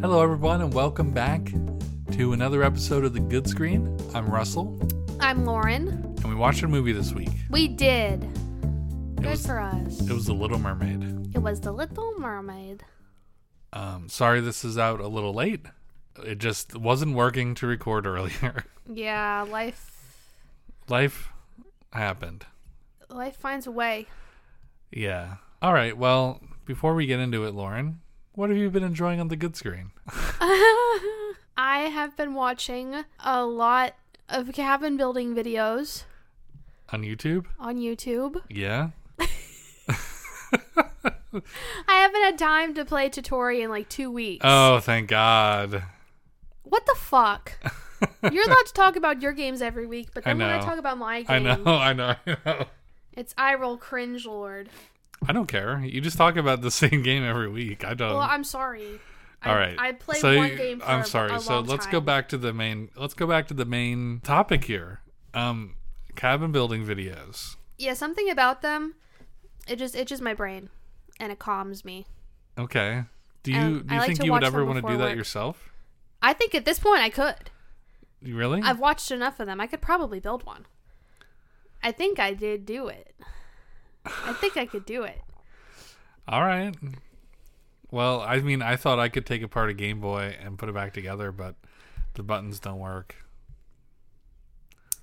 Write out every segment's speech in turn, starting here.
Hello, everyone, and welcome back to another episode of The Good Screen. I'm Russell, I'm Lauren. and we watched a movie this week. We did. Good was- for us. It was The Little Mermaid. It was The Little Mermaid. Um, sorry this is out a little late. It just wasn't working to record earlier. Yeah, life Life happened. life finds a way. Yeah. All right. Well, before we get into it, Lauren, what have you been enjoying on The Good Screen? I have been watching a lot of cabin building videos on YouTube? on YouTube. Yeah. I haven't had time to play Tatori in like 2 weeks. Oh, thank God. What the fuck? You're allowed to talk about your games every week, but I then when I know. talk about my game, I know. I know. I know. it's I roll cringe lord. I don't care. You just talk about the same game every week. I don't. Well, I'm sorry. I- Um, All right. I, played So one you- game for I'm a- sorry. a so long let's time. go back to the main. Let's go back to the main topic here. Um, cabin building videos. yeah something about them it just itches my brain and it calms me Okay. Do you Um, do I you like think to you would watch ever them want to do before that work. yourself? i think at this point i could You really? i've watched enough of them i could probably build one i think i did do it i think i could do it All right. Well, I mean, I thought I could take apart a Game Boy and put it back together, but the buttons don't work.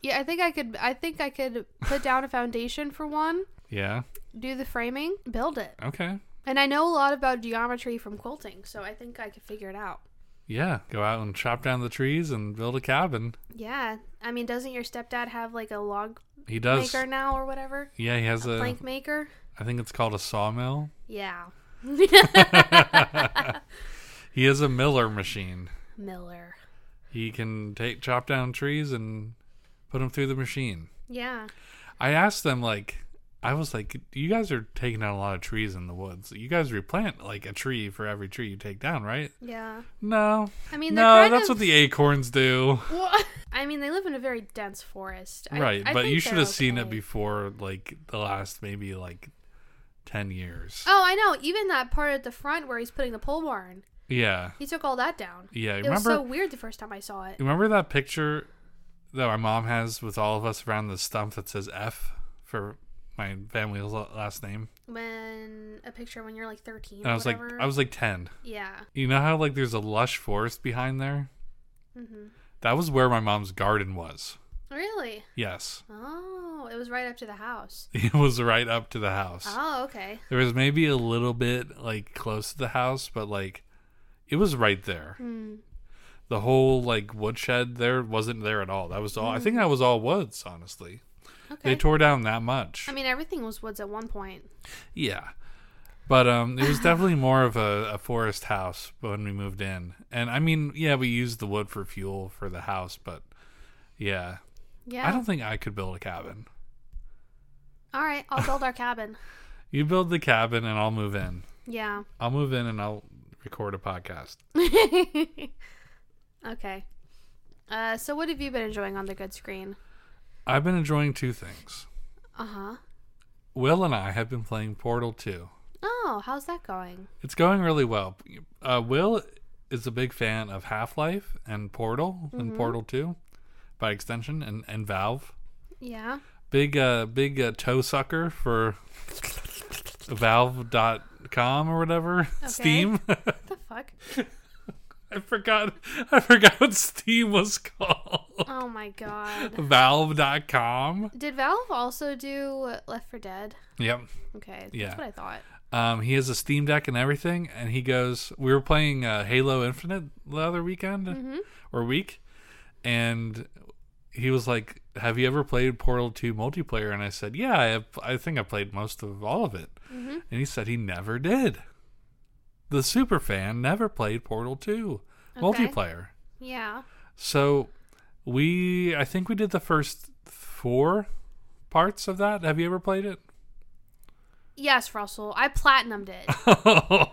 yeah i think i could i think i could put down a foundation for one Yeah. do the framing build it Okay. and i know a lot about geometry from quilting so i think i could figure it out Yeah. Go out and chop down the trees and build a cabin. yeah i mean doesn't your stepdad have like a log He does. maker now or whatever Yeah, he has a. I plank maker think it's called a sawmill. yeah He has a miller machine. miller He can take chop down trees and put them through the machine. Yeah. I asked them like, I was like, you guys are taking down a lot of trees in the woods. You guys replant like a tree for every tree you take down, right? Yeah. No, I mean, they're no, kind that's of, what the acorns do, Wha- I mean, they live in a very dense forest. I- right? I but think you should they're have seen it okay. before, like the last maybe like ten years. Oh, I know. Even that part at the front where he's putting the pole barn, Yeah, he took all that down. yeah. It Remember, was so weird the first time I saw it. remember that picture that my mom has with all of us around the stump that says F for my family's la- last name. When a picture when you're like 13 And I or was like, whatever. I was like ten. yeah. You know how like there's a lush forest behind there? hmm That was where my mom's garden was. Really? Yes. Oh, it was right up to the house. It was right up to the house. Oh, okay. There was maybe a little bit like close to the house, but like it was right there. Hmm. The whole like woodshed there wasn't there at all. That was all I think that was all woods, honestly. Hmm. Okay. They tore down that much. I mean, everything was woods at one point. yeah. But um it was definitely more of a, a forest house when we moved in. And I mean, yeah, we used the wood for fuel for the house, but yeah. Yeah. I don't think I could build a cabin. All right, I'll build our cabin. You build the cabin and I'll move in. Yeah. I'll move in and I'll record a podcast. okay. Uh, so what have you been enjoying on the good screen? I've been enjoying two things. Uh huh. Will and I have been playing Portal 2. Oh, how's that going? It's going really well. Uh, Will is a big fan of Half Life and Portal and Portal 2 by extension and, and Valve. Yeah. Big, uh, big uh, toe sucker for valve.com or whatever. Steam. What the fuck? I forgot. I forgot what Steam was called. Oh my god. Valve.com. Did Valve also do Left for Dead? Yep. Okay. Yeah. That's what I thought. Um, he has a Steam Deck and everything, and he goes. We were playing uh, Halo Infinite the other weekend or week, and he was like, "Have you ever played Portal Two multiplayer?" And I said, "Yeah, I have. I think I played most of all of it." And he said he never did. The super fan never played Portal Two Okay. multiplayer. Yeah. So we, I think we did the first four parts of that. Have you ever played it? Yes, Russell. I platinumed it.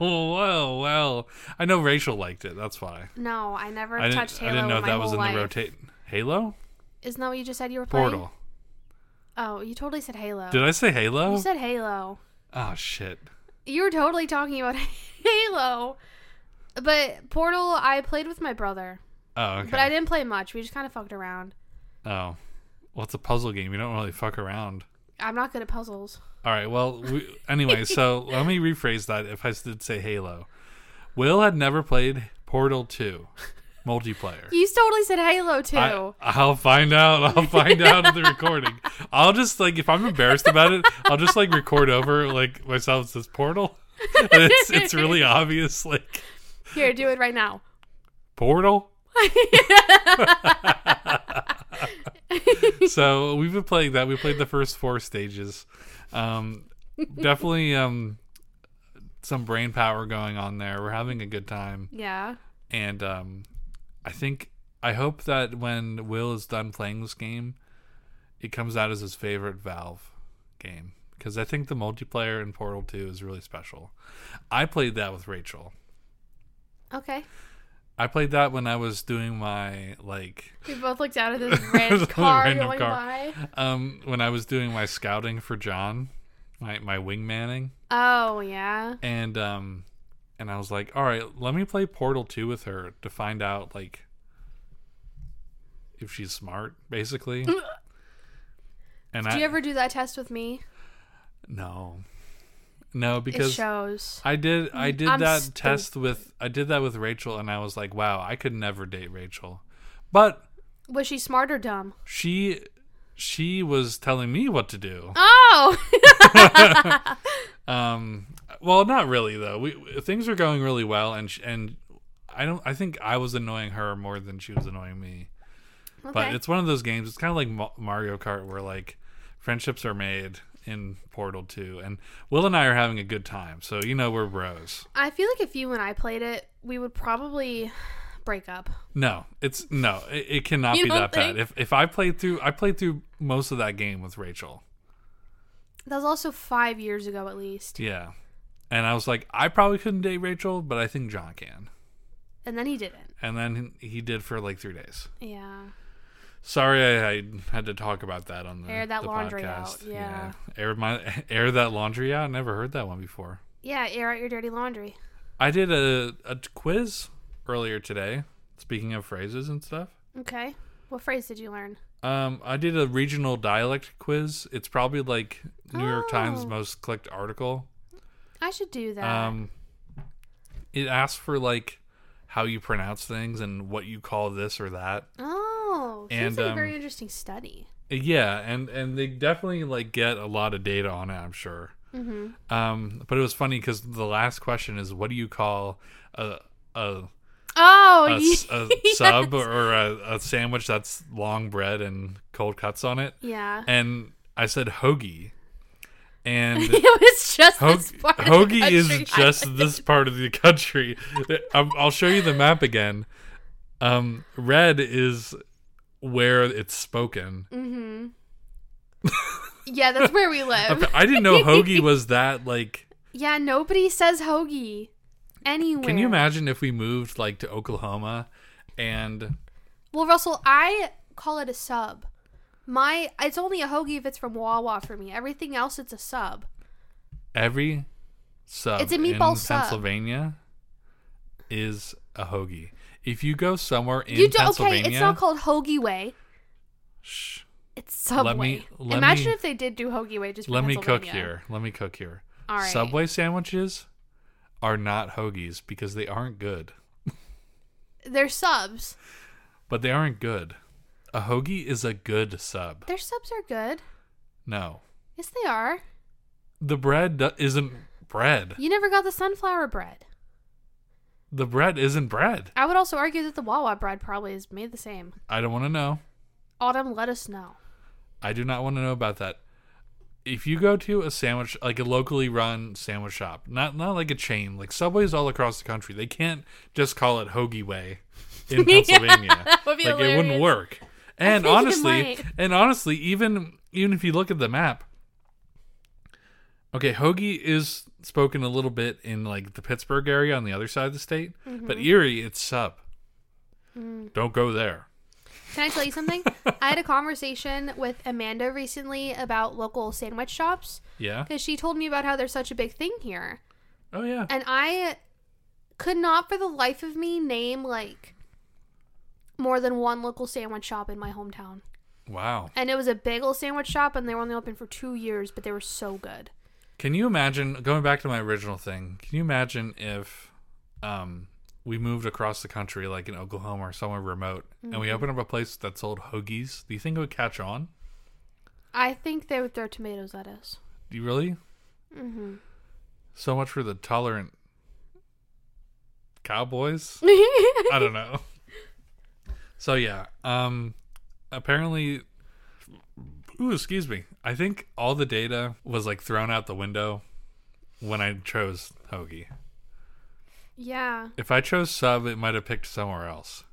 Oh well, well. I know Rachel liked it. That's why No, I never I touched didn't. Halo I didn't know in my that was whole in life. the rotate. Halo Isn't that what you just said you were playing? Portal. Oh, you totally said Halo. Did I say Halo? You said Halo. oh shit. You were totally talking about Halo. But Portal, I played with my brother, Oh, okay. but I didn't play much. We just kind of fucked around. oh, well, it's a puzzle game. You don't really fuck around. I'm not good at puzzles. All right. Well, we, anyway, so let me rephrase that. If I did say Halo, Will had never played Portal Two multiplayer. You totally said Halo too. I, I'll find out. I'll find out in the recording. I'll just like if I'm embarrassed about it, I'll just like record over like myself this portal. And it's it's really obvious like Here, do it right now. portal. so we've been playing that. We played the first four stages. Um, definitely um, some brain power going on there. We're having a good time, Yeah. and um, I think I hope that when Will is done playing this game, it comes out as his favorite Valve game because I think the multiplayer in Portal Two is really special. I played that with Rachel. Okay. I played that when I was doing my like We both looked out at this red This car random going car. by. um when I was doing my scouting for John, my my wingmanning, Oh yeah. and um and I was like, all right, let me play Portal Two with her to find out like if she's smart, basically. and I Do you ever do that test with me? no, no It because. shows. I did. I did Mm, I'm that stu- test with. I did that with Rachel, and I was like, "Wow, I could never date Rachel," but Was she smart or dumb? she, she was telling me what to do. Oh. Um, well, not really though. We things are going really well, and sh- and I don't. I think I was annoying her more than she was annoying me. But Okay. it's one of those games. It's kind of like Ma- Mario Kart, where like friendships are made in Portal Two, and Will and I are having a good time. So you know we're bros. I feel like if you and I played it, we would probably break up. No, it's no. It, it cannot You be don't that think? bad. If if I played through, I played through most of that game with Rachel. That was also five years ago, at least. Yeah, and I was like, I probably couldn't date Rachel, but I think John can. And then he didn't. And then he he did for like three days. Yeah. Sorry, I, I had to talk about that on the Air that the laundry podcast. out, yeah. air my air that laundry out. I never heard that one before. Yeah, air out your dirty laundry. I did a a t- quiz earlier today. Speaking of phrases and stuff, Okay. What phrase did you learn? um, I did a regional dialect quiz. It's probably like New York Times Oh. most clicked article. I should do that. Um, it asks for like how you pronounce things and what you call this or that. oh, and, seems like a very um, interesting study. Yeah, and and they definitely like get a lot of data on it. I'm sure. Mm-hmm. Um, but it was funny because the last question is, what do you call a a, Oh, a s- yeah. a sub or a, a sandwich that's long bread and cold cuts on it? yeah. And I said hoagie, and it was just Ho- this part of the Hoagie is country. just this part of the country. I'm- I'll show you the map again. Um, red is where it's spoken. Mm-hmm. yeah, that's where we live. I didn't know hoagie was that like. yeah, nobody says hoagie anywhere. Can you imagine if we moved like to Oklahoma and Well, Russell, I call it a sub. My it's only a hoagie if it's from Wawa for me. Everything else, it's a sub. every sub It's a meatball in sub. Pennsylvania is a hoagie. If you go somewhere in you do okay? Pennsylvania, It's not called hoagie way. Shh, It's Subway. me- let Imagine me- if they did do hoagie way just for let me cook Pennsylvania. here. Let me cook here. All right. Subway sandwiches are not hoagies because they aren't good. They're subs. But they aren't good. A hoagie is a good sub. Their subs are good. No. Yes, they are. The bread do- isn't bread. You never got the sunflower bread. The bread isn't bread. I would also argue that the Wawa bread probably is made the same. I don't want to know. Autumn, let us know. I do not want to know about that. If you go to a sandwich, like a locally run sandwich shop, not not like a chain, like Subway's all across the country, they can't just call it Hoagie Way in Pennsylvania. that would be like it wouldn't hilarious. work. And think it honestly, might. and honestly, even even if you look at the map, okay, Hoagie is spoken a little bit in like the Pittsburgh area on the other side of the state, Mm-hmm. but Erie, it's sub. Mm. Don't go there. Can I tell you something? I had a conversation with Amanda recently about local sandwich shops Yeah. because she told me about how they're such a big thing here. Oh yeah. And I could not for the life of me name like more than one local sandwich shop in my hometown. Wow. And it was a bagel sandwich shop, and they were only open for two years, but they were so good. Can you imagine going back to my original thing? Can you imagine if um, we moved across the country, like in Oklahoma or somewhere remote, and we opened up a place that sold hoagies? Do you think it would catch on? I think they would throw tomatoes at us. Do you really? Mm-hmm. So much for the tolerant cowboys? I don't know. So yeah, um apparently Ooh, excuse me. I think all the data was like thrown out the window when I chose hoagie. yeah, If I chose sub, it might have picked somewhere else.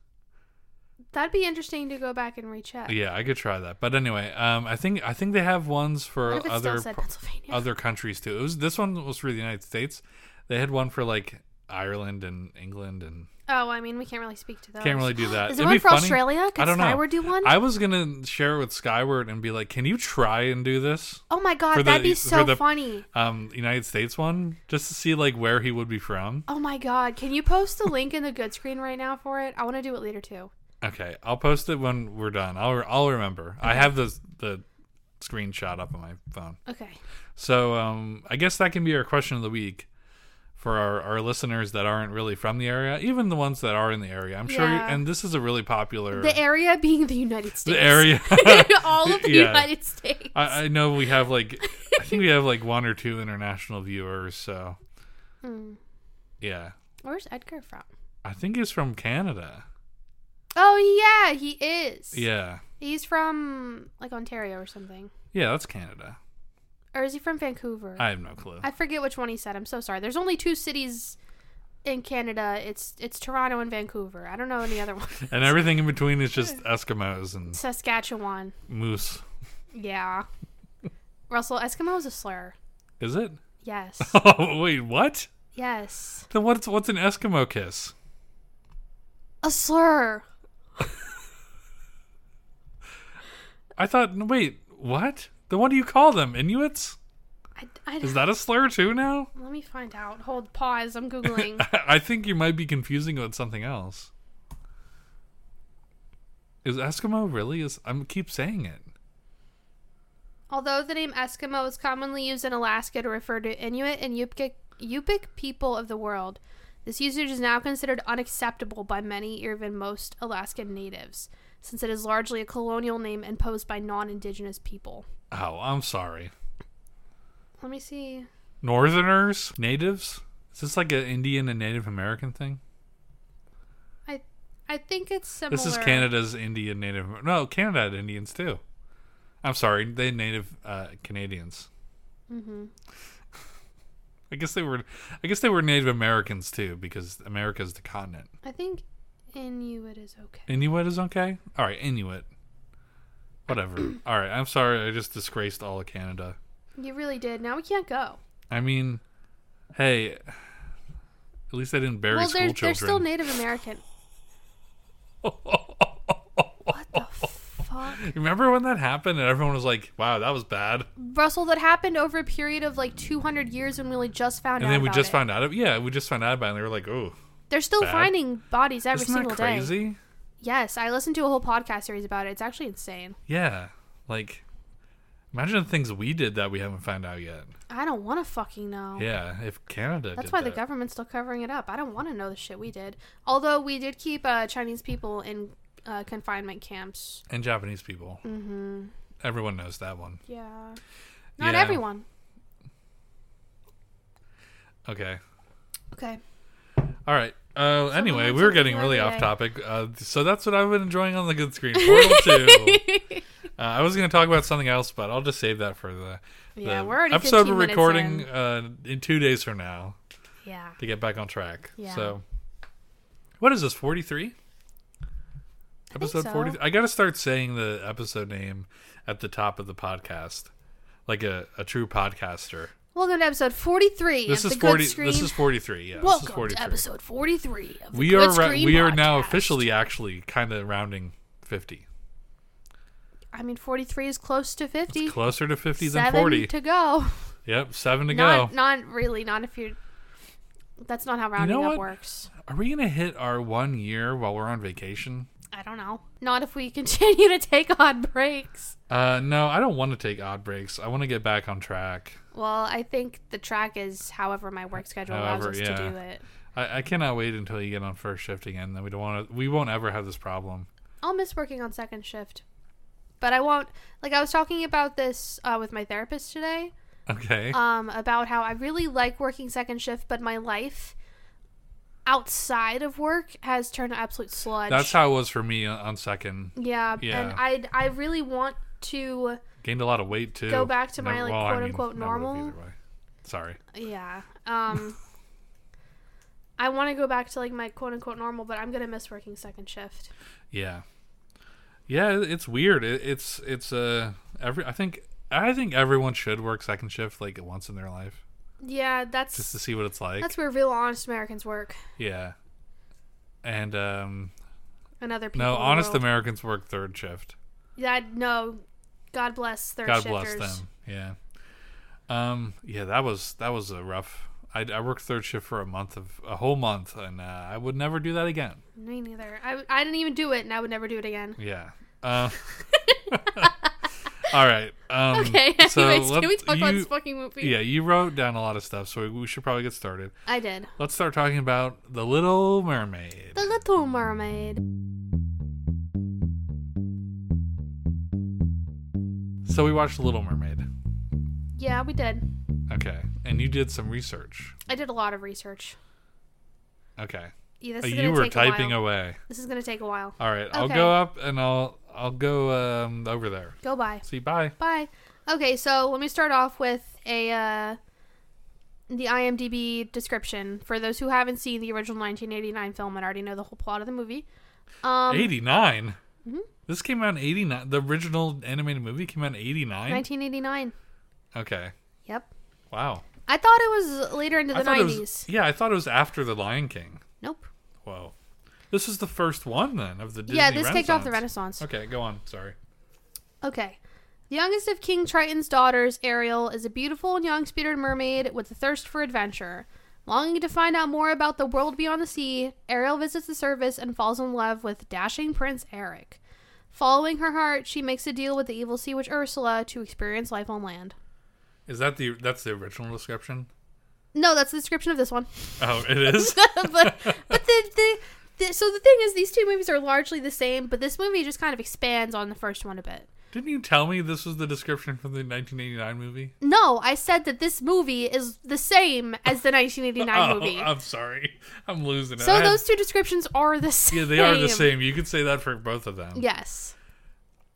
that'd be interesting to go back and recheck. Yeah, I could try that. But anyway, um I think I think they have ones for What if it other still said pro- Pennsylvania? other countries too. It was this one was for the United States. They had one for like Ireland and England and oh, I mean, we can't really speak to those. can't really do that. Oh, Is there It'd one be for funny. Australia? Could I don't know. Skyward do one? I was gonna share it with Skyward and be like, "Can you try and do this?" oh my for god, the- that'd be for so the- funny. Um, United States one, just to see like where he would be from. Oh my god, can you post the link in the good screen right now for it? I want to do it later too. Okay, I'll post it when we're done. I'll I'll remember. I have the the screenshot up on my phone. Okay. So um, I guess that can be our question of the week for our, our listeners that aren't really from the area, even the ones that are in the area. I'm sure. Yeah. And this is a really popular The area being the United States. the area. All of the Yeah. United States. I, I know we have like I think we have like one or two international viewers, so Mm. yeah. Where's Edgar from? I think he's from Canada. Oh yeah, he is. Yeah. He's from like Ontario or something. Yeah, that's Canada. Or is he from Vancouver? I have no clue. I forget which one he said. I'm so sorry. There's only two cities in Canada. It's it's Toronto and Vancouver. I don't know any other one. and everything in between is just Eskimos and Saskatchewan. moose. Yeah. Russell, Eskimo is a slur. Is it? Yes. Oh wait, what? yes. Then what's what's an Eskimo kiss? A slur. I thought no, wait, what? Then what do you call them? Inuits? I, I Is that a slur too now? Let me find out. Hold pause. I'm googling. I think you might be confusing it with something else. Is Eskimo really is I'm keep saying it. Although the name Eskimo is commonly used in Alaska to refer to Inuit and Yupik, Yupik people of the world, this usage is now considered unacceptable by many or even most Alaskan natives, since it is largely a colonial name imposed by non indigenous people. Oh, I'm sorry. Let me see. Northerners, natives. Is this like an Indian and Native American thing? I I think it's similar. This is Canada's Indian Native. No, Canada had Indians too. I'm sorry, they had Native uh, Canadians. Mm-hmm. I guess they were. I guess they were Native Americans too, because America's the continent. I think Inuit is okay. Inuit is okay. All right, Inuit. Whatever. All right, I'm sorry. I just disgraced all of Canada. You really did. Now we can't go. I mean, hey, at least I didn't bury well, they're, school they're still children. Native American. what the fuck? Remember when that happened and everyone was like, "Wow, that was bad," Russell, that happened over a period of like 200 years when we like just found out. and then we about just it. found out. Of, yeah, we just found out about it. And they were like, "Oh, They're still Bad. finding bodies every isn't that single day. crazy?" Yes, I listened to a whole podcast series about it. It's actually insane. Yeah, like imagine the things we did that we haven't found out yet. I don't want to fucking know. Yeah, if Canada. Oh. That's did why that. the government's still covering it up. I don't want to know the shit we did. Although we did keep uh, Chinese people in uh, confinement camps. and Japanese people. Mm-hmm. Everyone knows that one. Yeah. Not Yeah. everyone. Okay. Okay. All right. Uh, anyway, what's we were up with getting you really every off day? topic. Uh, so that's what I've been enjoying on the good screen. Portal 2. Uh, I was going to talk about something else, but I'll just save that for the, yeah, the we're already episode 15 we're minutes recording in. Uh, in two days from now Yeah. to get back on track. Yeah. So, what is this, 43? Episode so. 40. I got to start saying the episode name at the top of the podcast, like a, a true podcaster. Welcome to episode 43 This of is the 40. Good Screen. This is 43. Yeah. this is Welcome 43. to episode 43 of the we Good are ra- Screen we are now Podcast. officially actually kind of rounding 50 I mean, 43 is close to 50. closer to 50 Seven than 40 to go. yep seven to Not, go not really. Not if you're That's not how rounding know up what? works. Are we gonna hit our one year while we're on vacation? I don't know. Not if we continue to take odd breaks. Uh, no, I don't want to take odd breaks. I want to get back on track. Well, I think the track is however my work schedule However, allows us to yeah. do it. I, I cannot wait until you get on first shift again. Then we don't want to. We won't ever have this problem. I'll miss working on second shift. But I won't. Like, I was talking about this uh, with my therapist today Okay. um, about how I really like working second shift, but my life outside of work has turned to absolute sludge. That's how it was for me on- on second. yeah, Yeah. And I, I really want to. Gained a lot of weight too. Go back to my, like, I quote-unquote never normal. either way. Sorry. Yeah. Um, I want to go back to, like, my quote unquote normal, but I'm going to miss working second shift. Yeah. Yeah, it- it's weird. It, it's it's uh every. I think I think everyone should work second shift like once in their life Yeah, that's. just to see what it's like. That's where real honest Americans work yeah. And um and other people. no, in the honest world. Americans work third shift. That no, God bless third God shifters. bless them. Yeah. Um. Yeah. That was that was a rough. I, I worked third shift for a month of a whole month, and uh, I would never do that again. Me neither. I, I didn't even do it, and I would never do it again. Yeah. Uh, all right. Um, Okay. so Anyways, let- can we talk about you- this fucking movie? Yeah, you wrote down a lot of stuff, so we should probably get started. I did. Let's start talking about The Little Mermaid. The Little Mermaid. so we watched The Little Mermaid. Yeah, we did. Okay. And you did some research. I did a lot of research. Okay. Yeah, this Uh, is you gonna were take typing a while. away. This is gonna take a while. All right. I'll Okay. go up and I'll I'll go um over there. Go bye. See, bye. Bye. Okay, so let me start off with a uh, the IMDb description for those who haven't seen the original 1989 film and already know the whole plot of the movie. Um, Mm-hmm. 89. This came out in 89. The original animated movie came out in 89. 1989. Okay. Yep. Wow. I thought it was later into the I thought 90s. it was Yeah, I thought it was after The Lion King. Nope. Whoa. This is the first one then of the Disney yeah, this kicked off the Renaissance. Renaissance. Okay, go on. Sorry. Okay. The youngest of King Triton's daughters, Ariel, is a beautiful and young spirited mermaid with a thirst for adventure. Longing to find out more about the world beyond the sea, Ariel visits the service and falls in love with dashing Prince Eric. Following her heart, she makes a deal with the evil sea witch Ursula to experience life on land. Is that the that's the original description? No, that's the description of this one. Oh, it is. but but the, the, the so the thing is, these two movies are largely the same, but this movie just kind of expands on the first one a bit. Didn't you tell me this was the description from the 1989 movie? No, I said that this movie is the same as the 1989 oh, movie. I'm sorry. I'm losing it. so I had- those two descriptions are the same. yeah, they are the same. You could say that for both of them. Yes.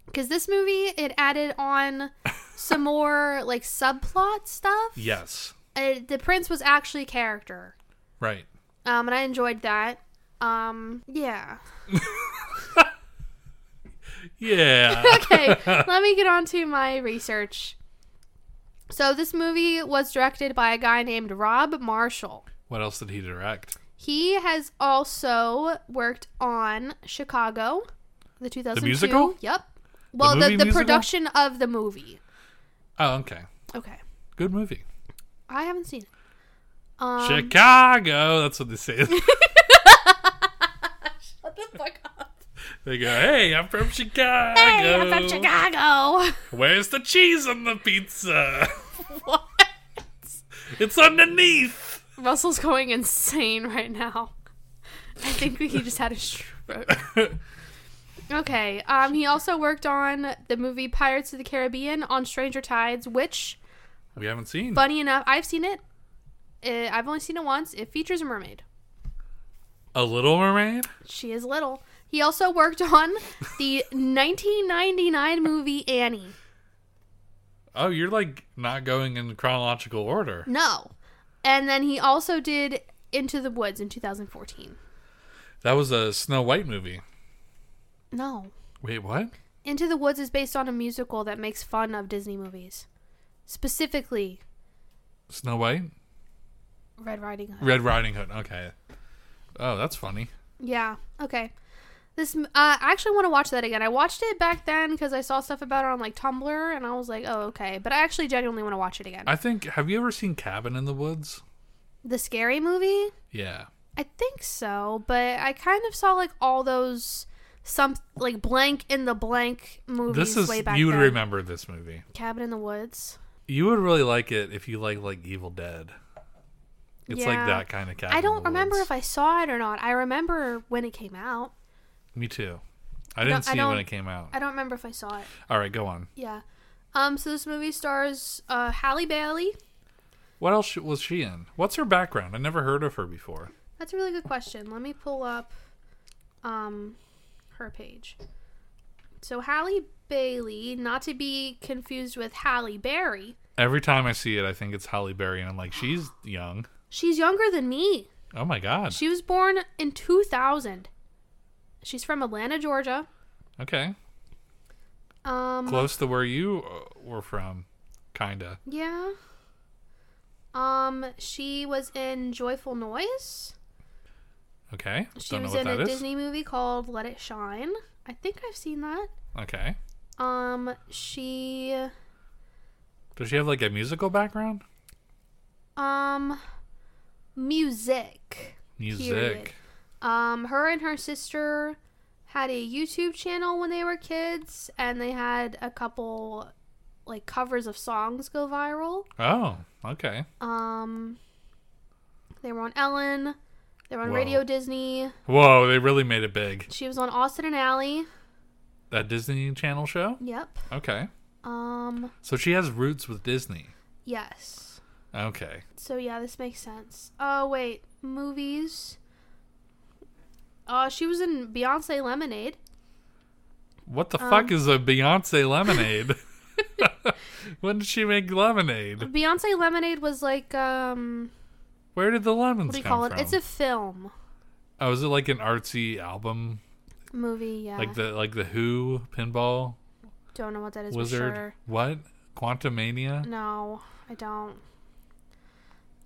Because this movie, it added on some more like subplot stuff. Yes. Uh, the prince was actually a character, Right. um, and I enjoyed that. Um, yeah. Yeah. okay, let me get on to my research. So, this movie was directed by a guy named Rob Marshall. what else did he direct? He has also worked on Chicago, the 2002. musical? Yep. Well, the, movie the, musical? production of the movie. Oh, okay. Okay. Good movie. I haven't seen it. Um, Chicago. That's what they say. Shut the fuck up. they go, "Hey, I'm from Chicago. Hey, I'm from Chicago. Where's the cheese on the pizza? what? it's underneath." Russell's going insane right now. I think he just had a stroke. Okay. Um, he also worked on the movie Pirates of the Caribbean on Stranger Tides, which, we haven't seen. funny enough, I've seen it. Uh I've only seen it once. It features a mermaid. A Little Mermaid? She is little. He also worked on the 1999 movie Annie. Oh, you're like not going in chronological order. No. And then he also did Into the Woods in 2014. That was a Snow White movie. No. Wait, what? Into the Woods is based on a musical that makes fun of Disney movies, specifically Snow White? Red Riding Hood. Red Riding Hood. Okay. Oh, that's funny. Yeah. Okay. This m- uh, I actually want to watch that again. I watched it back then because I saw stuff about it on like Tumblr, and I was like, "Oh, okay." But I actually genuinely want to watch it again. I think have you ever seen Cabin in the Woods? The scary movie? Yeah. I think so, but I kind of saw like all those some like blank in the blank movies This is way back you would then. remember this movie. Cabin in the Woods. You would really like it if you like like Evil Dead. It's Yeah. like that kind of cat. I don't remember if I saw it or not. I remember when it came out. Me too. I didn't don't- I see it when don't- it came out. I don't remember if I saw it. All right, go on. Yeah. Um. So this movie stars uh, Halle Bailey. What else sh- was she in? What's her background? I never heard of her before. That's a really good question. Let me pull up, um, her page. So Halle Bailey, not to be confused with Halle Berry. Every time I see it, I think it's Halle Berry, and I'm like, she's young. She's younger than me. Oh my god. She was born in 2000. She's from Atlanta, Georgia. Okay, Um, close to where you uh, were from, kinda. yeah. Um, she was in Joyful Noise. Okay, She don't know was what in a that is. Disney movie called Let It Shine. I think I've seen that. Okay, Um, she does she have like a musical background? um music. Music. Period. Um, her and her sister had a YouTube channel when they were kids, and they had a couple like covers of songs go viral. Oh, okay. Um, they were on Ellen. They were on Wow. Radio Disney. Whoa, they really made it big. She was on Austin and Alley. That Disney Channel show. Yep. Okay, Um, so she has roots with Disney. yes. Okay, So yeah, this makes sense. Oh wait, movies. Uh, she was in Beyonce Lemonade. what the Um. fuck is a Beyonce lemonade? when did she make lemonade? Beyonce Lemonade was like um, Where did the lemons what do you come call it? from? It's a film oh, is it like an artsy album, movie. Yeah. like the like the Who pinball don't know what that is. wizard? For sure. What? Quantumania? No, I don't.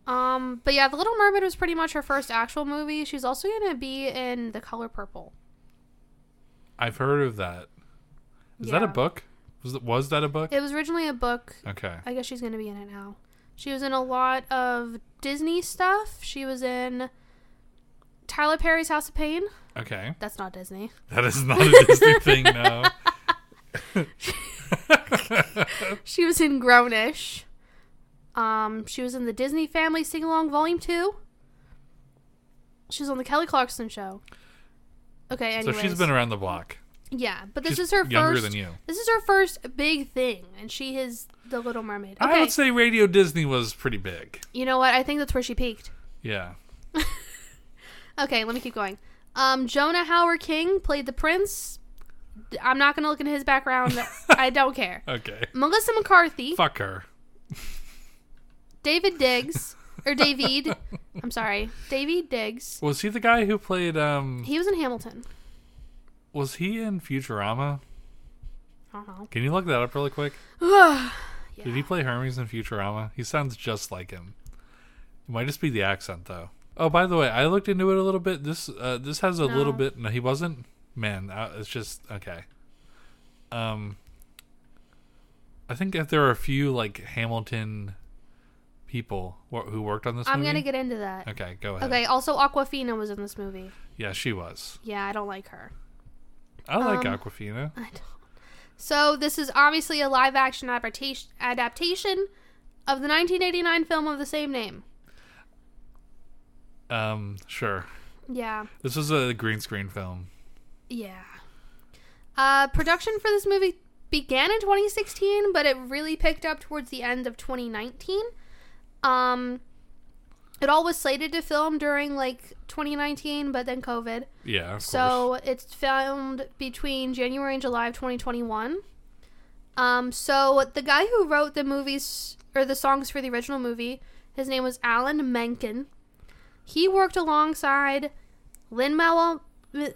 Um, but yeah, The Little Mermaid was pretty much her first actual movie. She's also gonna be in The Color Purple. I've heard of that. Is that Yeah. a book? Was that, was that a book? It was originally a book. okay. I guess she's gonna be in it now. She was in a lot of Disney stuff. She was in Tyler Perry's House of Pain. Okay. That's not Disney. That is not a Disney thing, no. She was in Grownish. Um, she was in the Disney Family Sing Along Volume Two. She's on the Kelly Clarkson Show. Okay, so anyways. she's been around the block. Yeah, but this She's is her younger first. than you. This is her first big thing, and she is the Little Mermaid. I Okay, would say Radio Disney was pretty big. you know what? I think that's where she peaked. Yeah. Okay, let me keep going. Um, Jonah Howard King played the prince. D- I'm not gonna look into his background. I don't care. Okay. Melissa McCarthy, Fuck her. David Diggs, or David. I'm sorry, David Diggs. Was he the guy who played um He was in Hamilton. was he in Futurama? I don't know. Can you look that up really quick? Did yeah. he play Hermes in Futurama? He sounds just like him. It might just be the accent though. Oh, by the way, I looked into it a little bit. This uh, this has a No. little bit. No, he wasn't. Man, uh, it's just okay. Um, I think if there are a few like Hamilton people wh- who worked on this, I'm gonna movie- get into that. Okay, go ahead. Okay. Also, Aquafina was in this movie. Yeah, she was. Yeah, I don't like her. I like Um, Aquafina. I don't. So this is obviously a live action adaptation adaptation of the 1989 film of the same name. Um, sure. Yeah. This was a green screen film. Yeah. Uh, production for this movie began in 2016, but it really picked up towards the end of 2019. Um, it all was slated to film during like 2019, but then COVID. Yeah. Of course. So it's filmed between January and July of 2021. Um, so the guy who wrote the movies or the songs for the original movie, his name was Alan Menken. He worked alongside Lin Manuel. Lin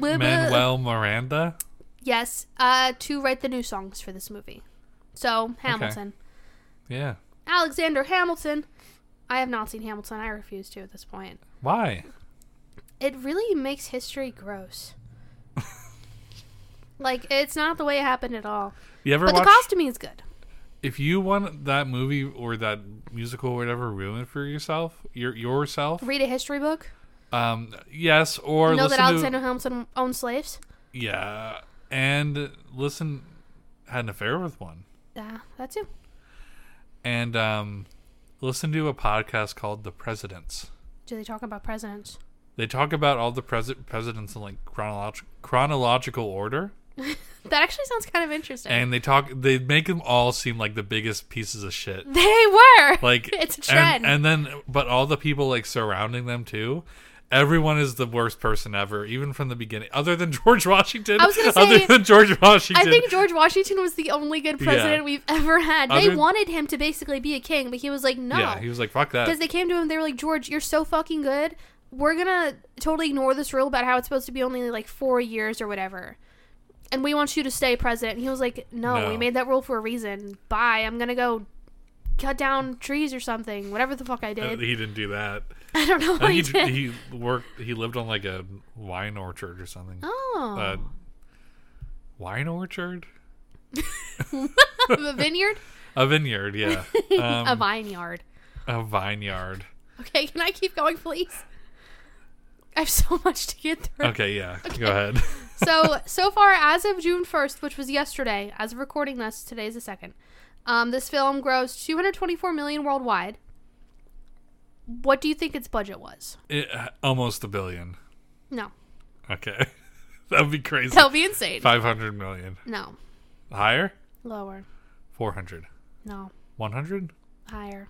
Manuel Miranda. Yes, uh, to write the new songs for this movie. So Hamilton, Yeah. Alexander Hamilton. I have not seen Hamilton. I refuse to at this point. Why? It really makes history gross. like it's not the way it happened at all. You ever But the watch? costuming is good. if you want that movie or that musical or whatever ruined for yourself, your yourself, Read a history book. um, yes, or know that listen to, Alexander Hamilton owned slaves. yeah, and listen, had an affair with one, Yeah, that too. and um, listen to a podcast called The Presidents. Do they talk about presidents? They talk about all the pres- presidents in like chronolog- chronological order, That actually sounds kind of interesting. and they talk. They make them all seem like the biggest pieces of shit. they were. Like it's a and- trend. And, then, but all the people like surrounding them too. Everyone is the worst person ever, even from the beginning. Other than George Washington. I was gonna other say, than George I Washington. think George Washington was the only good president we've ever had. They Other- wanted him to basically be a king, but he was like, no. Yeah, he was like, "Fuck Because that." they came to him, they were like, George, you're so fucking good. We're gonna totally ignore this rule about how it's supposed to be only like four years or whatever. And we want you to stay president. And he was like, no, No. we made that rule for a reason. Bye. I'm gonna go cut down trees or something. Whatever the fuck I Uh, did. he didn't do that. I don't know I what he, think did. he, he worked. He lived on like a wine orchard or something. oh. Uh, wine orchard, a vineyard? a vineyard. Yeah, a um, vineyard. a vineyard. Okay, can I keep going, please? I have so much to get through. Okay, yeah. Go ahead. so so far as of June first, which was yesterday, as of recording this, today is the second. Um, this film grossed 224 million worldwide. What do you think its budget was? It, uh, almost a billion. No, Okay, that would be crazy. that would be insane. Five hundred million. No, Higher? lower. 400. No, 100? higher.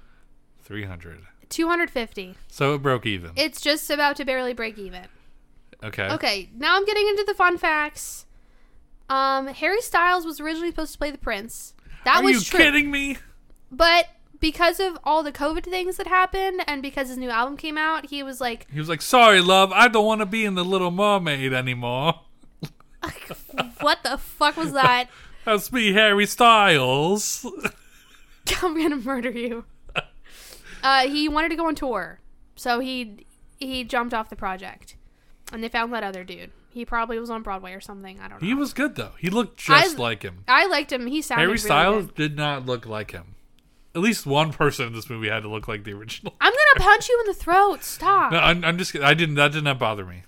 300. 250. So it broke even. It's just about to barely break even. okay. Okay, now I'm getting into the fun facts. Um, Harry Styles was originally supposed to play the prince. That Are was you true. kidding me? But because of all the COVID things that happened and because his new album came out, he was like, He was like, sorry, love, I don't want to be in The Little Mermaid anymore. What the fuck was that? That's me, Harry Styles. I'm gonna murder you. Uh, he wanted to go on tour, so he he jumped off the project, and they found that other dude. He probably was on Broadway or something. I don't know. he was good, though. He looked just I- like him. I liked him. He sounded Harry really Styles good. did not look like him. At least one person in this movie had to look like the original. I'm gonna punch you in the throat. Stop. No, I'm, I'm just kidding. I didn't. That did not bother me.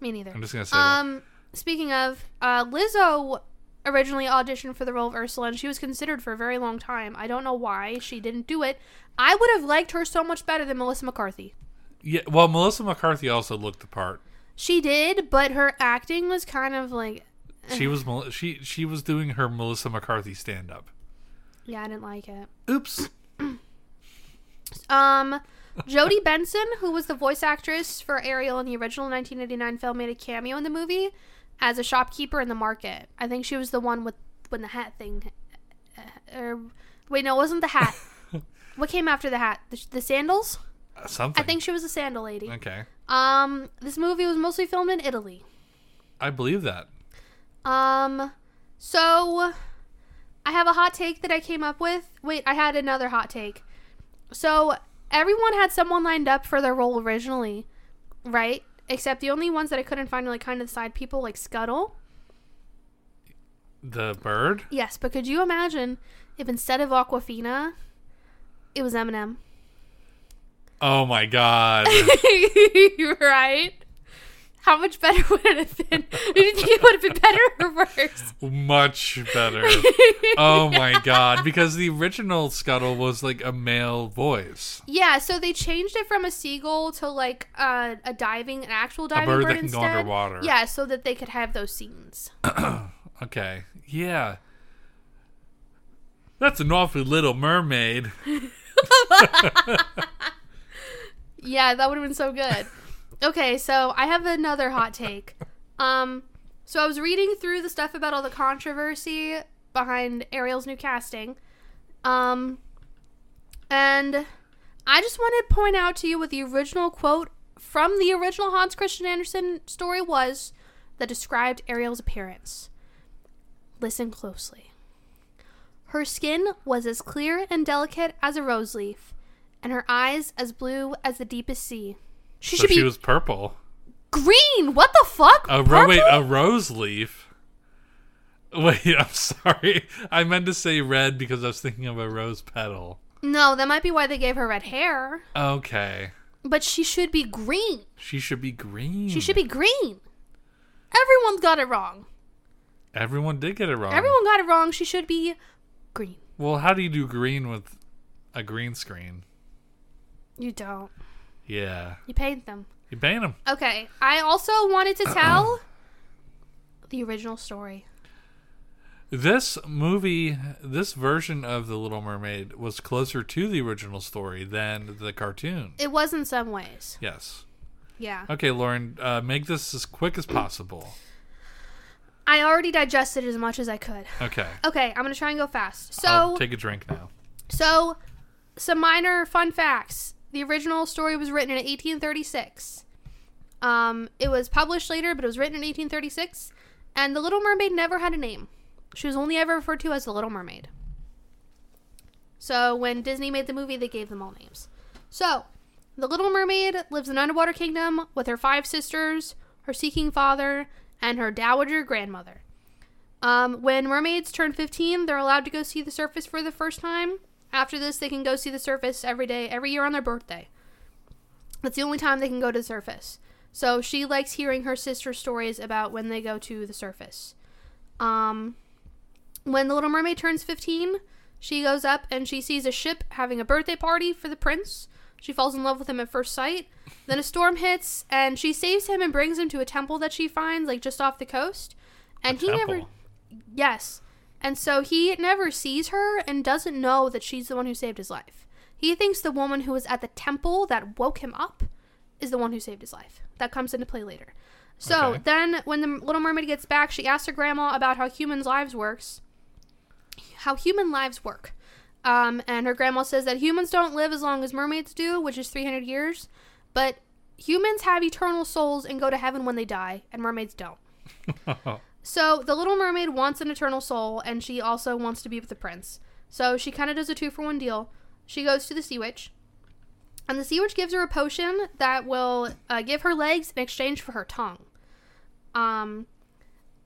Me neither. I'm just gonna say that. Um, speaking of, uh, Lizzo originally auditioned for the role of Ursula, and she was considered for a very long time. I don't know why she didn't do it. I would have liked her so much better than Melissa McCarthy. Yeah. Well, Melissa McCarthy also looked the part. She did, but her acting was kind of like, She was Mel- she she was doing her Melissa McCarthy stand up. yeah, I didn't like it. Oops. Um, Jodie Benson, who was the voice actress for Ariel in the original 1989 film, made a cameo in the movie as a shopkeeper in the market. I think she was the one with when the hat thing. Uh, or, wait, no, it wasn't the hat. what came after the hat? The, the sandals? Something. I think she was a sandal lady. Okay. Um, this movie was mostly filmed in Italy. I believe that. Um, so I have a hot take that I came up with. Wait, I had another hot take. So everyone had someone lined up for their role originally, right? Except the only ones that I couldn't find were like kind of the side people, like Scuttle. The bird? Yes, but could you imagine if instead of Aquafina, it was Eminem? Oh my god. right? How much better would it have been? Do you think it would have been better or worse? Much better. Oh my god. Because the original Scuttle was like a male voice. Yeah, so they changed it from a seagull to like a a diving, an actual diving bird bird, that can go instead. underwater. Yeah, so that they could have those scenes. Okay. Yeah. That's an awfully little mermaid. Yeah, that would have been so good. okay, so I have another hot take. Um, so I was reading through the stuff about all the controversy behind Ariel's new casting, um, and I just want to point out to you what the original quote from the original Hans Christian Andersen story was that described Ariel's appearance. Listen closely. Her skin was as clear and delicate as a rose leaf, and her eyes as blue as the deepest sea. She So should be she was purple. green. What the fuck? A ro- Uh, wait, Purple? a rose leaf. Wait, I'm sorry. I meant to say red because I was thinking of a rose petal. No, that might be why they gave her red hair. Okay. But she should be green. She should be green. She should be green. Everyone's got it wrong. Everyone did get it wrong. Everyone got it wrong. She should be green. Well, how do you do green with a green screen? You don't. Yeah. You paint them. You paint them. Okay. I also wanted to tell the original story. This movie, this version of The Little Mermaid was closer to the original story than the cartoon. It was in some ways. Yes. Yeah. Okay, Lauren, uh, make this as quick as possible. I already digested as much as I could. Okay. Okay, I'm going to try and go fast. So, I'll take a drink now. so some minor fun facts. The original story was written in 1836. Um, it was published later, but it was written in 1836, and The Little Mermaid never had a name. She was only ever referred to as The Little Mermaid. So when Disney made the movie, they gave them all names. So, The Little Mermaid lives in an underwater kingdom with her five sisters, her seeking father, and her dowager grandmother. Um, when mermaids turn 15, they're allowed to go see the surface for the first time. After this, they can go see the surface every day, every year on their birthday. That's the only time they can go to the surface. So she likes hearing her sister's stories about when they go to the surface. Um, when the Little Mermaid turns 15, she goes up and she sees a ship having a birthday party for the prince. She falls in love with him at first sight. Then a storm hits and she saves him and brings him to a temple that she finds, like just off the coast. And he never. Temple. Yes. And so he never sees her and doesn't know that she's the one who saved his life. He thinks the woman who was at the temple that woke him up is the one who saved his life. That comes into play later. So Okay. then when the little mermaid gets back, she asks her grandma about how humans' lives works. How human lives work. Um, and her grandma says that humans don't live as long as mermaids do, which is 300 years, but humans have eternal souls and go to heaven when they die, and mermaids don't. So the little mermaid wants an eternal soul, and she also wants to be with the prince. So she kind of does a two for one deal. She goes to the sea witch, and the sea witch gives her a potion that will uh, give her legs in exchange for her tongue. Um,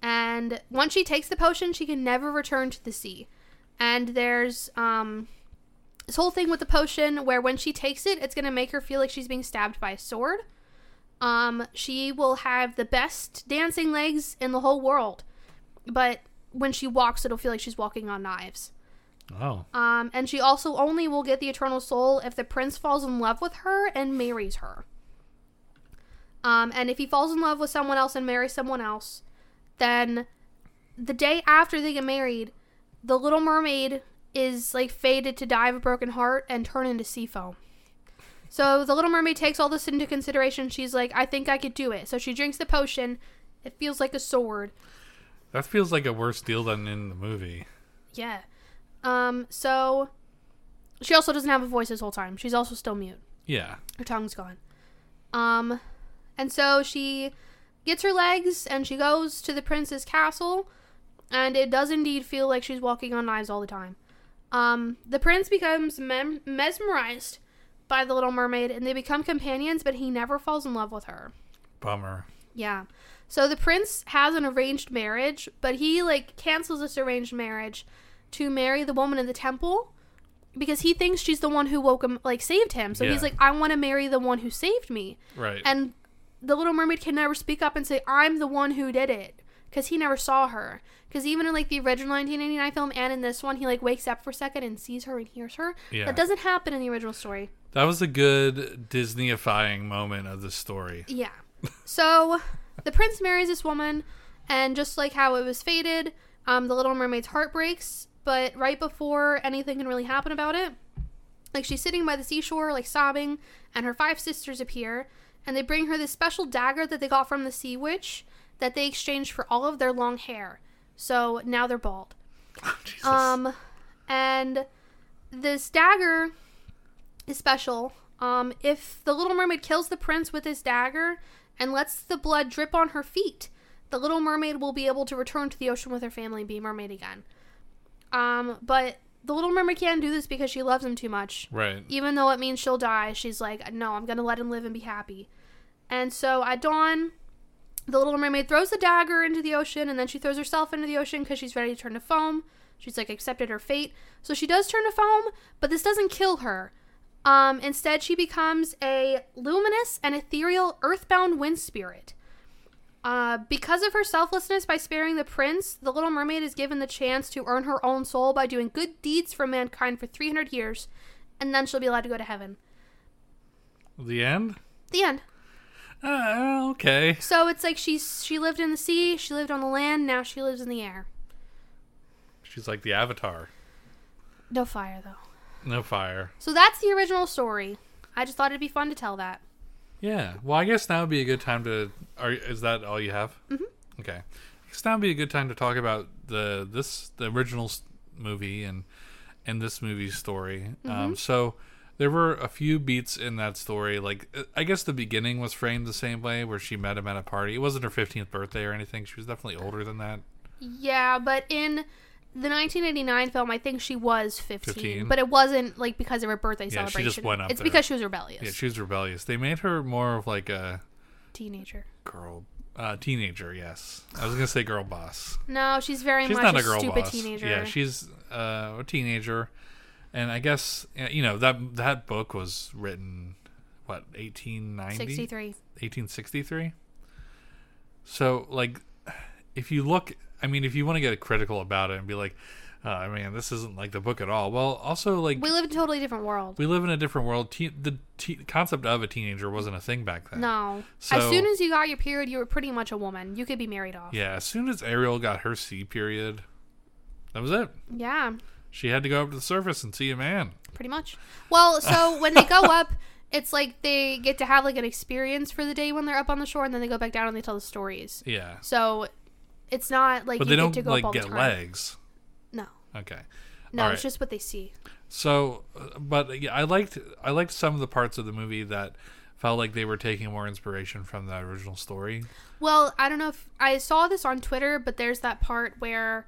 and once she takes the potion, she can never return to the sea. And there's um, this whole thing with the potion where when she takes it, it's gonna make her feel like she's being stabbed by a sword. Um, she will have the best dancing legs in the whole world, but when she walks, it'll feel like she's walking on knives. oh. Um, and she also only will get the eternal soul if the prince falls in love with her and marries her. Um, and if he falls in love with someone else and marries someone else, then the day after they get married, the little mermaid is like fated to die of a broken heart and turn into sea foam. So the little mermaid takes all this into consideration. She's like, I think I could do it. So she drinks the potion. It feels like a sword. That feels like a worse deal than in the movie. Yeah. Um, so she also doesn't have a voice this whole time. She's also still mute. Yeah. Her tongue's gone. Um, and so she gets her legs and she goes to the prince's castle, and it does indeed feel like she's walking on knives all the time. Um, the prince becomes mem- mesmerized by the little mermaid and they become companions, but he never falls in love with her. Bummer. Yeah. So the prince has an arranged marriage, but he like cancels this arranged marriage to marry the woman in the temple because he thinks she's the one who woke him like saved him. So Yeah. he's like I want to marry the one who saved me. Right. And the little mermaid can never speak up and say I'm the one who did it cuz he never saw her. Cuz even in like the original 1989 film and in this one he like wakes up for a second and sees her and hears her. Yeah. That doesn't happen in the original story. that was a good Disneyifying moment of the story. Yeah. So the prince marries this woman, and just like how it was fated, um, the little mermaid's heart breaks, but right before anything can really happen about it, like she's sitting by the seashore, like sobbing, and her five sisters appear, and they bring her this special dagger that they got from the sea witch that they exchanged for all of their long hair. So now they're bald. Jesus. Um, and this dagger is special. Um, if the Little Mermaid kills the prince with his dagger and lets the blood drip on her feet, the Little Mermaid will be able to return to the ocean with her family and be a mermaid again. Um, but the Little Mermaid can't do this because she loves him too much right. even though it means she'll die, she's like, no, I'm gonna let him live and be happy. And so at dawn, The little mermaid throws the dagger into the ocean and then she throws herself into the ocean because she's ready to turn to foam. She's like accepted her fate. So she does turn to foam, but this doesn't kill her. Um, instead, she becomes a luminous and ethereal earthbound wind spirit. Uh, because of her selflessness by sparing the prince, the little mermaid is given the chance to earn her own soul by doing good deeds for mankind for 300 years, and then she'll be allowed to go to heaven. The end? The end. Uh, okay. So it's like she's she lived in the sea, she lived on the land, now she lives in the air. She's like the avatar. No fire though. No fire. So that's the original story. I just thought it'd be fun to tell that. Yeah. Well, I guess now would be a good time to. Are is that all you have? Mm-hmm. Okay. I guess now would be a good time to talk about the this the original s- movie and and this movie's story. Um, so there were a few beats in that story. Like uh, I guess the beginning was framed the same way, where she met him at a party. It wasn't her fifteenth birthday or anything. She was definitely older than that. Yeah, but in the 1989 film, I think she was 15, 15. but it wasn't like because of her birthday Yeah, celebration. she just went up It's there. because she was rebellious. Yeah, she was rebellious. They made her more of like a Teenager. girl, uh, teenager. Yes, I was gonna say girl boss. No, she's very she's much not a, a girl stupid boss. teenager. Yeah, she's uh, a teenager, and I guess uh, you know that that book was written what 1890 63. 1863. So like, if you look, I mean, if you want to get critical about it and be like, uh, I mean, this isn't like the book at all. Well, also like. We live in a totally different world. we live in a different world. Te- the te- concept of a teenager wasn't a thing back then. no. as So- soon as you got your period, you were pretty much a woman. You could be married off. Yeah, as soon as Ariel got her C period, that was it. yeah. She had to go up to the surface and see a man. pretty much. Well, so when they go up, it's like they get to have like an experience for the day when they're up on the shore, and then they go back down and they tell the stories. Yeah. So it's not like But they you get don't to go up like all get the time. legs. No, Okay. no, All it's right. just what they see. So, uh, but yeah, I liked I liked some of the parts of the movie that felt like they were taking more inspiration from the original story. Well, I don't know if I saw this on Twitter, but there's that part where,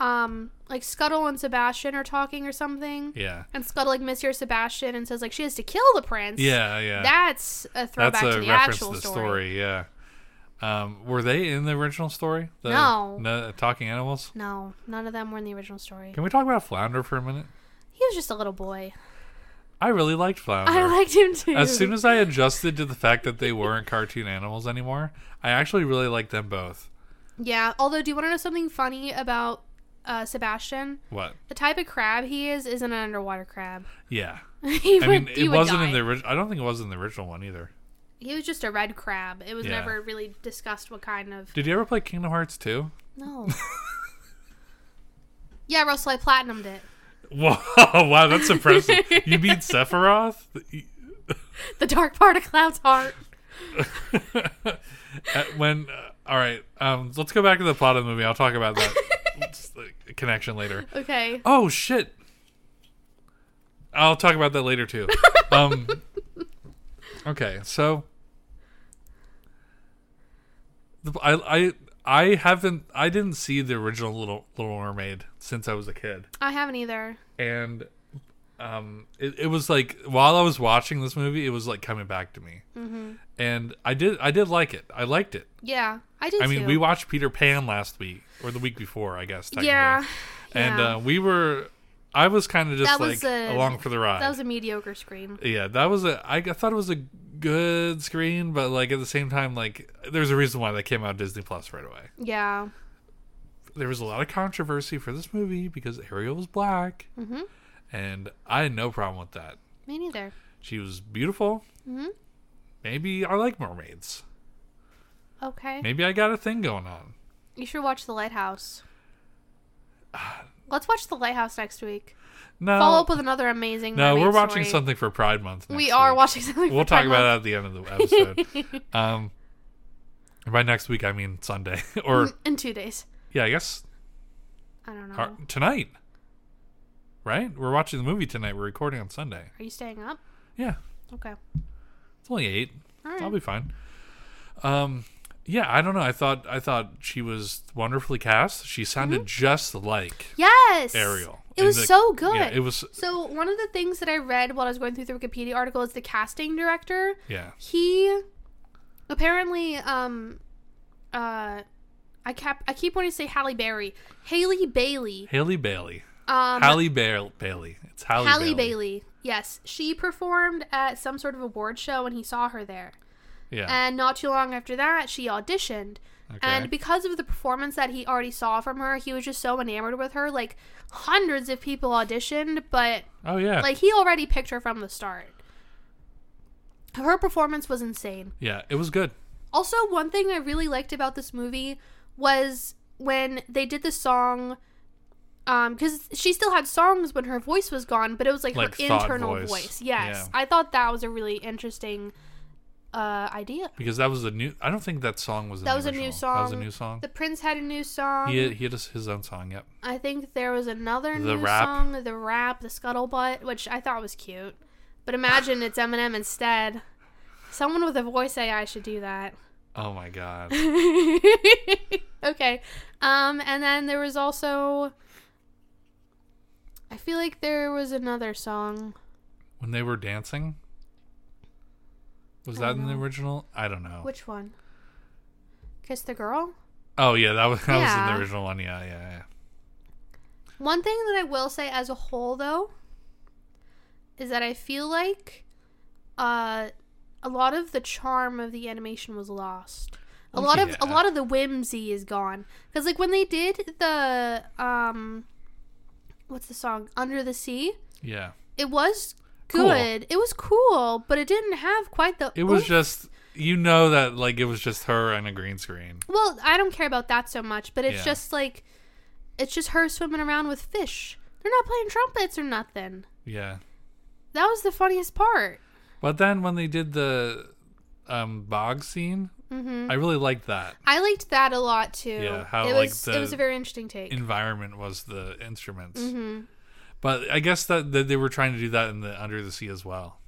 um, like Scuttle and Sebastian are talking or something, Yeah. and Scuttle like mishears Sebastian and says like she has to kill the prince. Yeah, yeah. That's a throwback That's a to the reference to actual the story. story. yeah. Um, were they in the original story? The, No. no. Talking animals? No, none of them were in the original story. Can we talk about Flounder for a minute? He was just a little boy. I really liked Flounder. I liked him too. As soon as I adjusted to the fact that they weren't cartoon animals anymore, I actually really liked them both. yeah. Although, do you want to know something funny about uh, Sebastian? What? The type of crab he is isn't an underwater crab. Yeah. he I would, mean, he it would wasn't die. in the original. I don't think it was in the original one either. He was just a red crab. It was Yeah. never really discussed what kind of. Did you ever play Kingdom Hearts 2? No. yeah, Russell, I platinumed it. Whoa, wow, that's impressive. you beat Sephiroth? The dark part of Cloud's heart. Uh, when, uh, all right, um, let's go back to the plot of the movie. I'll talk about that just, like, connection later. Okay. Oh shit. I'll talk about that later too. Um Okay, so the, I I I haven't I didn't see the original little little mermaid since I was a kid. I haven't either. And um it, it was like while I was watching this movie, it was like coming back to me. Mm-hmm. And I did I did like it. I liked it. Yeah, I did I too. mean, we watched Peter Pan last week or the week before, I guess. Technically. Yeah. And yeah. uh, we were, I was kind of just That like was a- along for the ride. that was a mediocre scream. yeah, that was a. I g- thought it was a good screen, but like at the same time, like there's a reason why they came out Disney Plus right away. Yeah. There was a lot of controversy for this movie because Ariel was black, Mhm. and I had no problem with that. Me neither. She was beautiful. Mhm. Maybe I like mermaids. Okay. Maybe I got a thing going on. You should watch The Lighthouse. Let's watch The Lighthouse next week. No, Follow up with another amazing. no, mermaid we're watching story. something for Pride Month. Next We are week. watching something. We'll talk about that at the end of the episode. Um, by next week, I mean Sunday, or in two days. yeah, I guess I don't know. uh, tonight. Right? We're watching the movie tonight. We're recording on Sunday. Are you staying up? Yeah, Okay. it's only eight. All I'll right. be fine. Um, yeah, I don't know. I thought I thought she was wonderfully cast. She sounded just like Yes. Ariel. Mm-hmm. It in was the- so good. Yeah, it was. So one of the things that I read while I was going through the Wikipedia article is the casting director. Yeah, He apparently um uh, I cap I keep wanting to say Halle Berry, Haley Bailey. Haley Bailey. Um, Halle Bail Bailey. It's Halle, Halle Bailey. Bailey. Yes, she performed at some sort of award show, and he saw her there. Yeah. And not too long after that, she auditioned. okay. And because of the performance that he already saw from her, he was just so enamored with her. Like hundreds of people auditioned, but oh yeah. like he already picked her from the start. Her performance was insane. yeah. It was good. Also, one thing I really liked about this movie was when they did the song um cuz she still had songs when her voice was gone, but it was like, Like her thought internal voice. voice. Yes. Yeah. I thought that was a really interesting uh idea. Because that was a new. I don't think that song was. in That the was a new original. That was a song. new song. The Prince had a new song. he had, he had his, his own song. Yep. I think there was another The new rap. song, the rap, the scuttlebutt, which I thought was cute. But imagine it's Eminem instead. Someone with a voice AI should do that. Oh my god. okay. Um, and then there was also. I feel like there was another song. when they were dancing. Was that I don't in the know. original? I don't know. Which one? Kiss the Girl? Oh yeah, that was that was in Yeah. the original one. Yeah, yeah, yeah. One thing that I will say as a whole, though, is that I feel like uh, a lot of the charm of the animation was lost. A Well, lot of a yeah. lot of the whimsy is gone because, like, when they did the um, what's the song "Under the Sea," Yeah. it was Cool. good. It was cool, but it didn't have quite the. It was oomph. just you know that like it was just her and a green screen. Well, I don't care about that so much, but it's Yeah. just like, it's just her swimming around with fish. They're not playing trumpets or nothing. Yeah. That was the funniest part. But then when they did the um bog scene, hmm I really liked that. I liked that a lot too. Yeah, how, it like, was the it was a very interesting take. Environment was the instruments. hmm But I guess that, that they were trying to do that in the Under the Sea as well.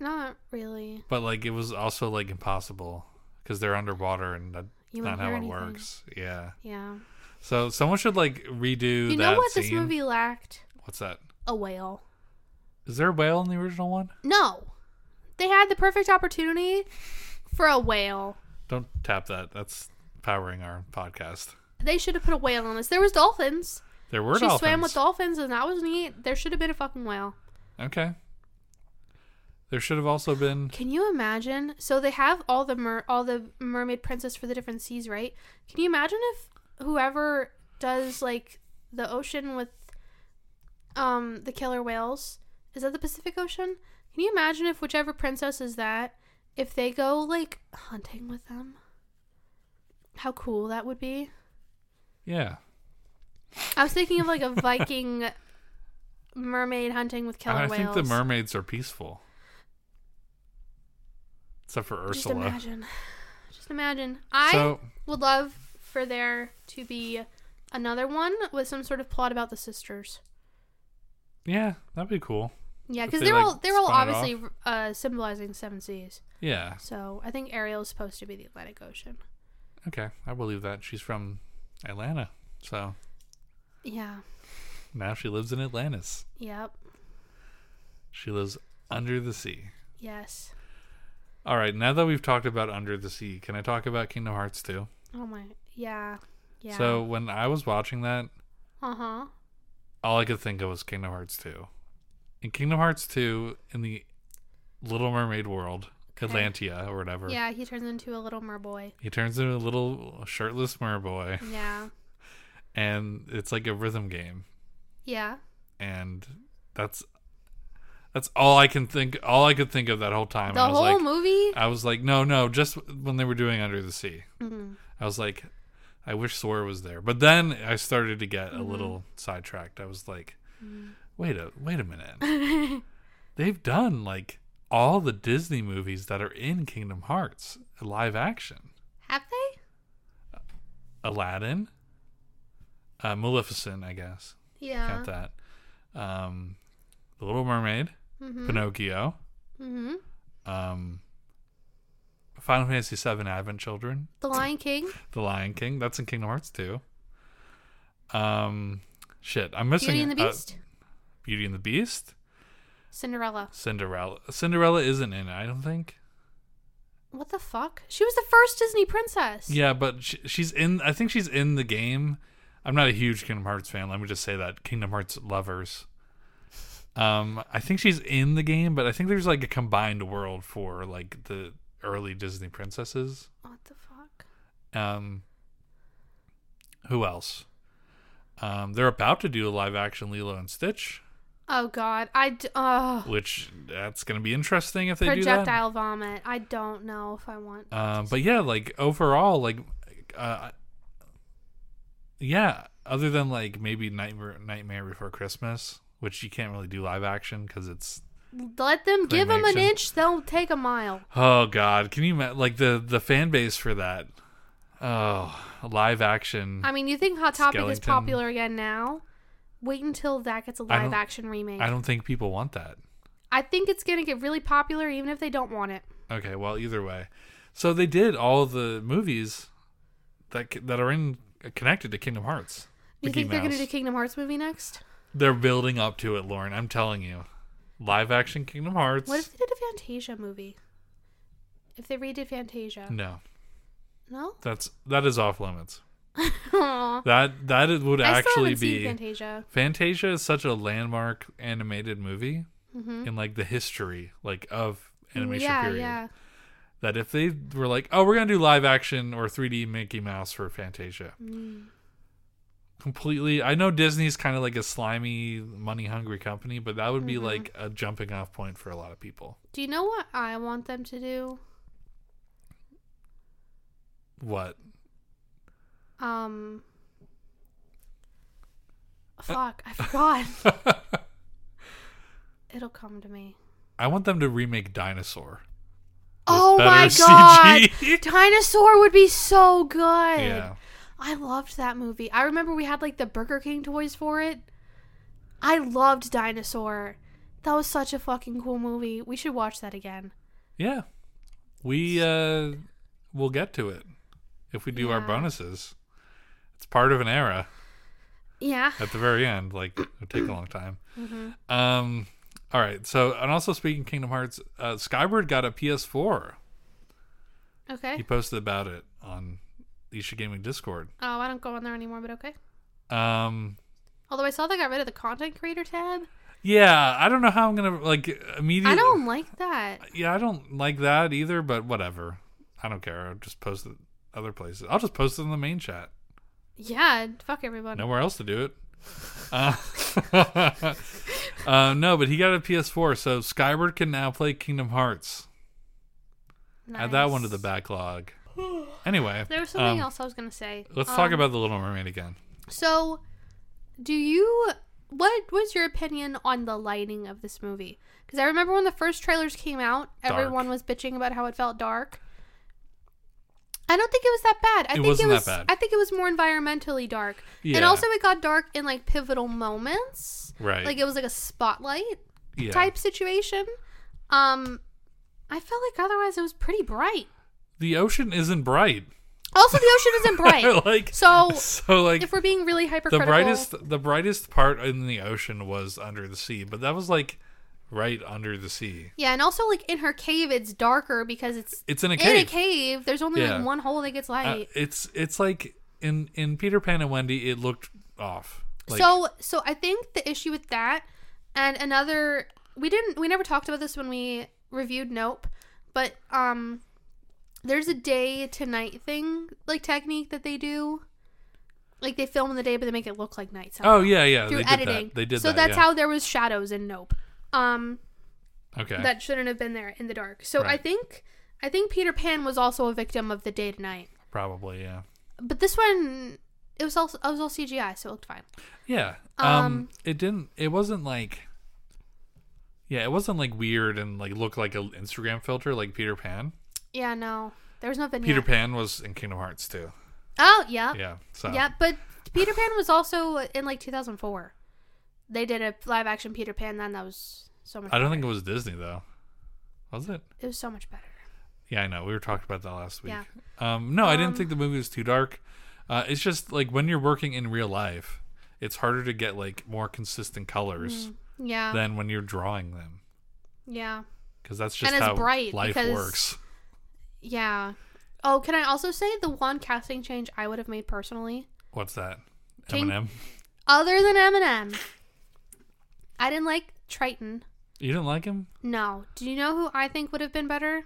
Not really. But like it was also like impossible because they're underwater and that's You not wouldn't how it hear anything. works. Yeah. Yeah. So someone should like redo you that know what scene. this movie lacked? What's that? A whale. Is there a whale in the original one? No. They had the perfect opportunity for a whale. Don't tap that. That's powering our podcast. They should have put a whale in this. There was dolphins. There were she dolphins. swam with dolphins and that was neat. There should have been a fucking whale. Okay. There should have also been Can you imagine? So they have all the mer- all the mermaid princess for the different seas, right? Can you imagine if whoever does like the ocean with um the killer whales is that the Pacific Ocean? Can you imagine if whichever princess is that if they go like hunting with them? How cool that would be. yeah. I was thinking of like a Viking mermaid hunting with killer I think whales. the mermaids are peaceful. Except for Just Ursula. imagine. Just imagine. I So would love for there to be another one with some sort of plot about the sisters. yeah, that'd be cool. Yeah, If because they, they're like, all they're all spun it obviously uh, symbolizing seven seas. Yeah. So I think Ariel's supposed to be the Atlantic Ocean. Okay. I believe that. She's from Atlanta. So Yeah. now she lives in Atlantis. Yep. She lives under the sea. Yes. All right, now that we've talked about Under the Sea, can I talk about Kingdom Hearts 2? Oh my. Yeah. Yeah. So when I was watching that, Uh huh. all I could think of was Kingdom Hearts 2. In Kingdom Hearts 2, in the Little Mermaid world, Okay. Atlantia or whatever, Yeah, he turns into a little merboy. he turns into a little shirtless merboy, Yeah. and it's like a rhythm game, Yeah. and that's that's all I can think. All I could think of that whole time. The I was whole like, uh, movie. I was like, no, no, just when they were doing Under the Sea. Mhm. I was like, I wish Sora was there. But then I started to get a little sidetracked. I was like, wait a wait a minute. They've done like all the Disney movies that are in Kingdom Hearts live action. Have they? Aladdin, uh, Maleficent, I guess. Yeah. Count that. Um, the Little Mermaid, Mhm. Pinocchio, Mhm. um, Final Fantasy VII Advent Children, The Lion King. The Lion King. That's in Kingdom Hearts too. Um, shit, I'm missing Beauty and the uh, Beast. Beauty and the Beast. Cinderella. Cinderella. Cinderella isn't in it. I don't think. What the fuck? She was the first Disney princess. Yeah, but she, she's in. I think she's in the game. I'm not a huge Kingdom Hearts fan. Let me just say that Kingdom Hearts lovers. Um, I think she's in the game, but I think there's like a combined world for like the early Disney princesses. What the fuck? Um, who else? Um, they're about to do a live action Lilo and Stitch, Oh god, I d- oh which that's going to be interesting if they do that. projectile vomit. I don't know if I want. Um, but yeah, like overall, like, uh, yeah. Other than like maybe Nightmare Nightmare Before Christmas, which you can't really do live action because it's Let them give them an Claymation. inch; they'll take a mile. oh god, can you ima- like the the fan base for that? Oh, live action. I mean, you think Hot Topic is Skeleton. popular again now? Wait until that gets a I don't- live action remake. I don't think people want that. I think it's gonna get really popular, even if they don't want it. Okay, well, either way, so they did all the movies that c- that are in connected to Kingdom Hearts. Do you Mickey think they're gonna Mouse. do Kingdom Hearts movie next? They're building up to it, Lauren. I'm telling you, live action Kingdom Hearts. What if they did a Fantasia movie? If they redid Fantasia, no, no. that's that is off limits. Aw. That that it would I still actually haven't seen be Fantasia. Fantasia is such a landmark animated movie Mhm. in like the history like of animation yeah, period. yeah. That if they were like, oh, we're gonna do live action or 3D Mickey Mouse for Fantasia, Mm. completely. I know Disney's kind of like a slimy, money hungry company, but that would be Mm-hmm. like a jumping off point for a lot of people. Do you know what I want them to do? What? Um. Uh, Fuck, I forgot. It'll come to me. I want them to remake Dinosaur. with Oh better my god! CG. Dinosaur would be so good. yeah. I loved that movie. I remember we had like the Burger King toys for it. I loved Dinosaur. That was such a fucking cool movie. We should watch that again. Yeah. We uh we'll get to it if we do our Yeah. bonuses. It's part of an era Yeah. at the very end, like it would take a long time. Mm-hmm. Um all right. So, and also speaking Kingdom Hearts, uh, Skyward got a PS4. He Okay. posted about it on Isha Gaming Discord. Oh, I don't go on there anymore, but okay. Um, Although I saw they got rid of the content creator tab. yeah, I don't know how I'm gonna like immediately. I don't like that. Yeah, I don't like that either, but whatever. I don't care. I'll just post it other places. I'll just post it in the main chat. Yeah, fuck everyone. Nowhere else to do it. Uh, uh, no, but he got a PS4, so Skyward can now play Kingdom Hearts. Add that one to the Nice. backlog. Anyway, There was something um, else I was gonna say. Let's talk Um, about the Little Mermaid again. So, do you? What was your opinion on the lighting of this movie? Because I remember when the first trailers came out, Dark. everyone was bitching about how it felt dark. I don't think it was that bad. I think wasn't it that was. bad. I think it was more environmentally dark, and Yeah. also it got dark in like pivotal moments. Right. Like it was like a spotlight yeah. type situation. Um, I felt like otherwise it was pretty bright. The ocean isn't bright. Also, the ocean isn't bright. like So, so like if we're being really the hypercritical, brightest the brightest part in the ocean was under the sea, but that was like right under the sea. Yeah, and also like in her cave, it's darker because it's It's in a in cave. a cave. There's only Yeah. like one hole that gets Uh, light. it's it's like in in Peter Pan and Wendy, it looked off. Like, so, so I think the issue with that, and another, we didn't, we never talked about this when we reviewed Nope, but um, there's a day to night thing like technique that they do, like they film in the day but they make it look like night somehow, oh yeah, yeah, through they did editing. that. They did so that. that's yeah. how there was shadows in Nope. Um, okay. that shouldn't have been there in the dark. So I Right. think I think Peter Pan was also a victim of the day to night. Probably yeah. But this one it was all it was all CGI, so it looked fine. Yeah. Um, Um, it didn't it wasn't like Yeah, it wasn't like weird and like looked like an Instagram filter like Peter Pan. Yeah, no. There was no vignette. Peter Pan was in Kingdom Hearts too. Oh, yeah. Yeah, Yeah. So but Peter Pan was also in like 2004. They did a live action Peter Pan then that was so much I don't better. think it was Disney though. Was it? it was so much better. Yeah, I know. We were talking about that last week. Yeah. Um no, I Um, didn't think the movie was too dark. Uh it's just like when you're working in real life, it's harder to get like more consistent colors Mm, Yeah. than when you're drawing them yeah. because that's just it's how bright life because- works. Yeah. Oh, can I also say the one casting change I would have made personally? What's that? King- Eminem. Other than Eminem. I didn't like Triton. You didn't like him? No. Do you know who I think would have been better?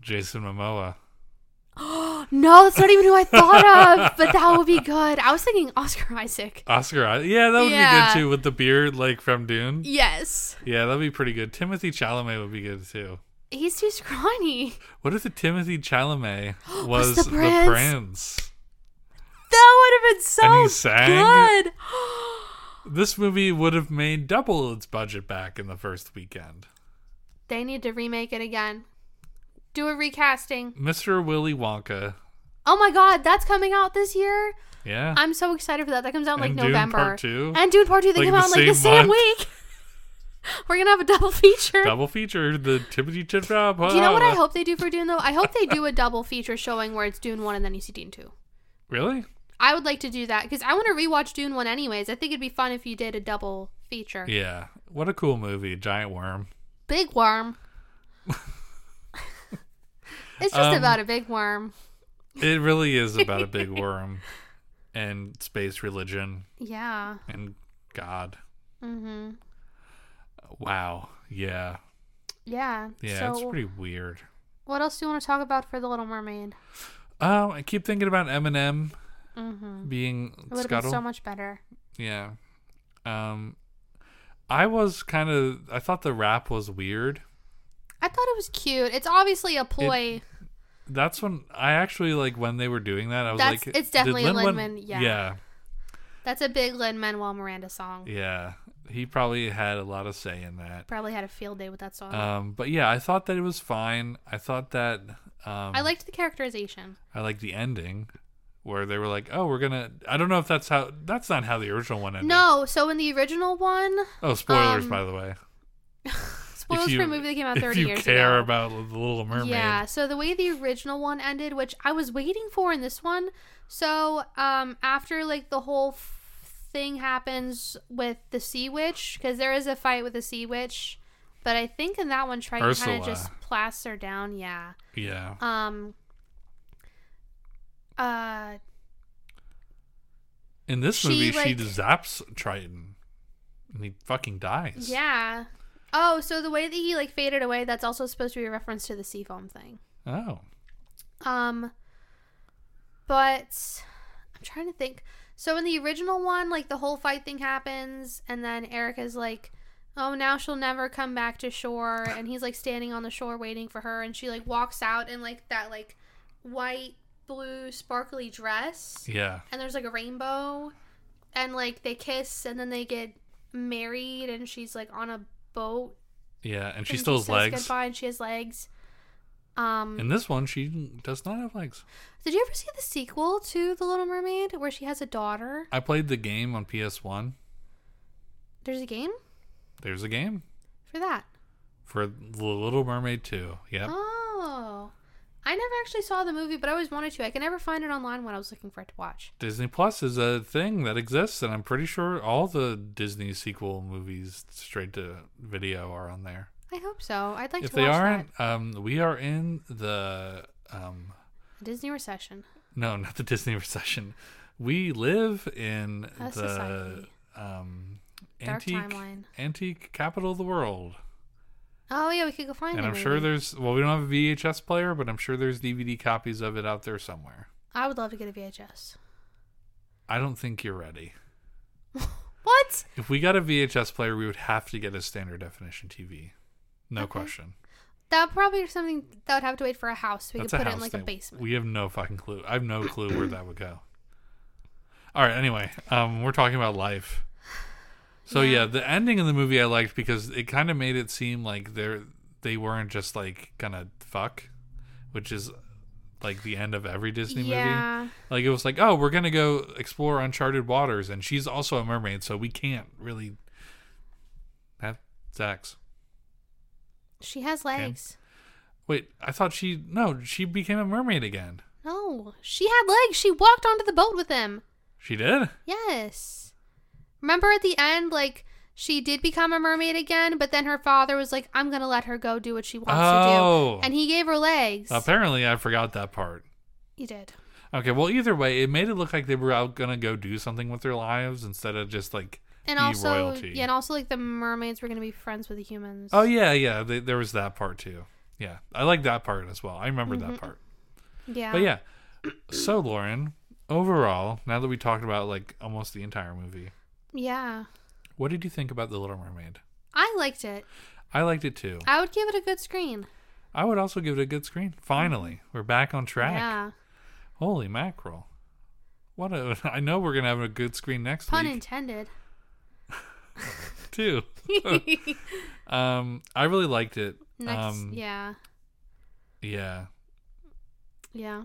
Jason Momoa. No, that's not even who I thought of, but that would be good. I was thinking Oscar Isaac. Oscar. I- Yeah, that would Yeah. be good too with the beard like from Dune. Yes. Yeah, that'd be pretty good. Timothy Chalamet would be good too. He's too scrawny. What if the Timothy Chalamet was Was the the prince? prince? That would have been so And he sang? good. This movie would have made double its budget back in the first weekend. They need to remake it again. Do a recasting. Mr. Willy Wonka. Oh my god, that's coming out this year. Yeah. I'm so excited for that. That comes out in, like And Dune November. Part Two? And Dune Part Two, they Like, come the out in, like the same same month? week. We're gonna have a double feature. double feature the Timothy Chip Job. do you know what I hope they do for Dune though? I hope they do a double feature showing where it's Dune One and then you see Dune Two. Really? I would like to do that because I want to rewatch Dune One anyways. I think it'd be fun if you did a double feature. Yeah. What a cool movie. Giant worm. Big worm. it's just Um, about a big worm. It really is about a big worm and space religion Yeah. and God. Mm-hmm. Wow. Yeah. Yeah. Yeah, so, it's pretty weird. what else do you want to talk about for The Little Mermaid? Um, I keep thinking about Eminem Mm-hmm. being It would have Scuttle. been so much better. yeah. Um, I was kind of. I thought the rap was weird. I thought it was cute. It's obviously a ploy. That's when I actually like when they were doing that. I was That's- like, it's definitely did Lin-Manuel- Lin-Man, yeah. Yeah. That's a big Lin Manuel Miranda song. Yeah. He probably had a lot of say in that. Probably had a field day with that song. Um, but yeah, I thought that it was fine. I thought that um, I liked the characterization. I like the ending where they were like, "Oh, we're gonna." I don't know if that's how. That's not how the original one ended. No, so in the original one, Oh, spoilers, um, by the way. spoilers you- for a movie that came out If 30 you years care ago. about the Little Mermaid, Yeah, so the way the original one ended, which I was waiting for in this one, so um after like the whole f- thing happens with the sea witch because there is a fight with the sea witch, but I think in that one Triton kind Ursula. of just plaster down, yeah. yeah, Um uh in this she, movie, she like- zaps Triton, and he fucking dies. yeah. Oh, so the way that he like faded away, that's also supposed to be a reference to the seafoam thing. Oh, Um, but I'm trying to think. So in the original one, like the whole fight thing happens, and then Erica's like, "Oh, now she'll never come back to shore," and he's like standing on the shore waiting for her, and she like walks out in like that like white, blue, sparkly dress, yeah. and there's like a rainbow, and like they kiss, and then they get married, and she's like on a boat. Yeah, and she and still has says legs. Goodbye, and she has legs. Um, In this one, she does not have legs. Did you ever see the sequel to The Little Mermaid where she has a daughter? I played the game on PS1. There's a game There's a game for that. for The Little Mermaid 2. Yep. Oh. I never actually saw the movie, but I always wanted to. I could never find it online when I was looking for it to watch. Disney Plus is a thing that exists, and I'm pretty sure all the Disney sequel movies straight to video are on there. I hope so. I'd like if to they watch aren't, um, we are in the um, that. Disney Recession. no, not the Disney recession. We live in A the society. um, Dark antique timeline. antique capital of the world, Oh yeah, we could go find and it. I'm sure maybe. there's well, we don't have a VHS player, but I'm sure there's DVD copies of it out there somewhere. I would love to get a VHS. I don't think you're ready. What? If we got a VHS player, we would have to get a standard definition TV. No Okay. question. That probably is something that would have to wait for a house. We could put it in like a thing. basement. We have no fucking clue. I have no clue where that would go. All right. Anyway, um, we're talking about life. So Yeah. yeah. the ending of the movie I liked because it kind of made it seem like they're they weren't just like gonna fuck, which is like the end of every Disney movie. yeah. Like it was like, oh, we're gonna go explore uncharted waters, and she's also a mermaid, so we can't really have sex. She has legs. Wait, I thought she no, she became a mermaid again. No. She had legs. She walked onto the boat with him. She did. Yes. Remember at the end, like She did become a mermaid again, but then her father was like, I'm going to let her go do what she wants to Oh. do. And he gave her legs. Apparently, I forgot that part. He did. Okay, well, either way, it made it look like they were out gonna go do something with their lives instead of just like And be also, royalty. yeah, and also, like, the mermaids were going to be friends with the humans. oh yeah, yeah. They, there was that part too. Yeah, I like that part as well. I remember that part. Mm-hmm. yeah. But Oh, yeah, so Lauren, overall, now that we talked about like almost the entire movie, Yeah. what did you think about the Little Mermaid? I liked it. I liked it too. I would give it a good screen. I would also give it a good screen. Finally, we're back on track. Yeah. Holy mackerel! What a! I know we're gonna have a good screen next Pun week intended. too. Um, I really liked it. Next. um, yeah. yeah. Yeah.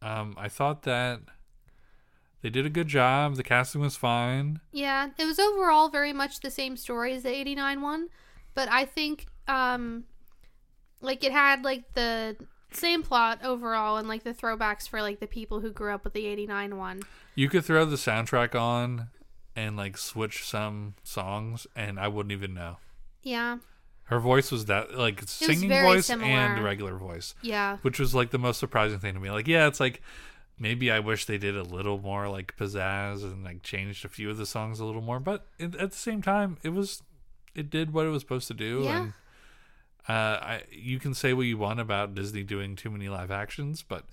Um, I thought that they did a good job. The casting was fine. Yeah, it was overall very much the same story as the 89 one, but I think um like it had like the same plot overall and like the throwbacks for like the people who grew up with the 89 one. You could throw the soundtrack on and like switch some songs, and I wouldn't even know. Yeah. Her voice was that like singing very voice and similar. the regular voice, Yeah. which was like the most surprising thing to me. Like, yeah, it's like maybe I wish they did a little more like pizzazz and like changed a few of the songs a little more, but it, at the same time, it was it did what it was supposed to do. Yeah. And uh, I you can say what you want about Disney doing too many live actions, but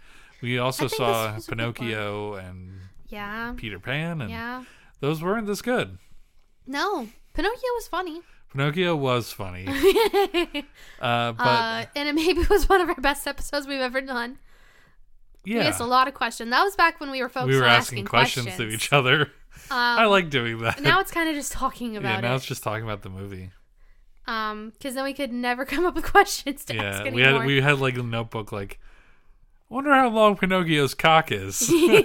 we also think this saw was a good one. Pinocchio and Yeah. Peter Pan, and Yeah. those weren't this good. No. Pinocchio was funny. Pinocchio was funny, uh, but uh, and it maybe was one of our best episodes we've ever done. We yeah, asked a lot of questions. That was back when we were focused we were on asking questions, to each other. I like doing that. Um, now it's kind of just talking about yeah, now it. it's just talking about the movie. Um, because then we could never come up with questions to ask Yeah, we anymore. had we had like a notebook like. Wonder how long Pinocchio's cock is. He's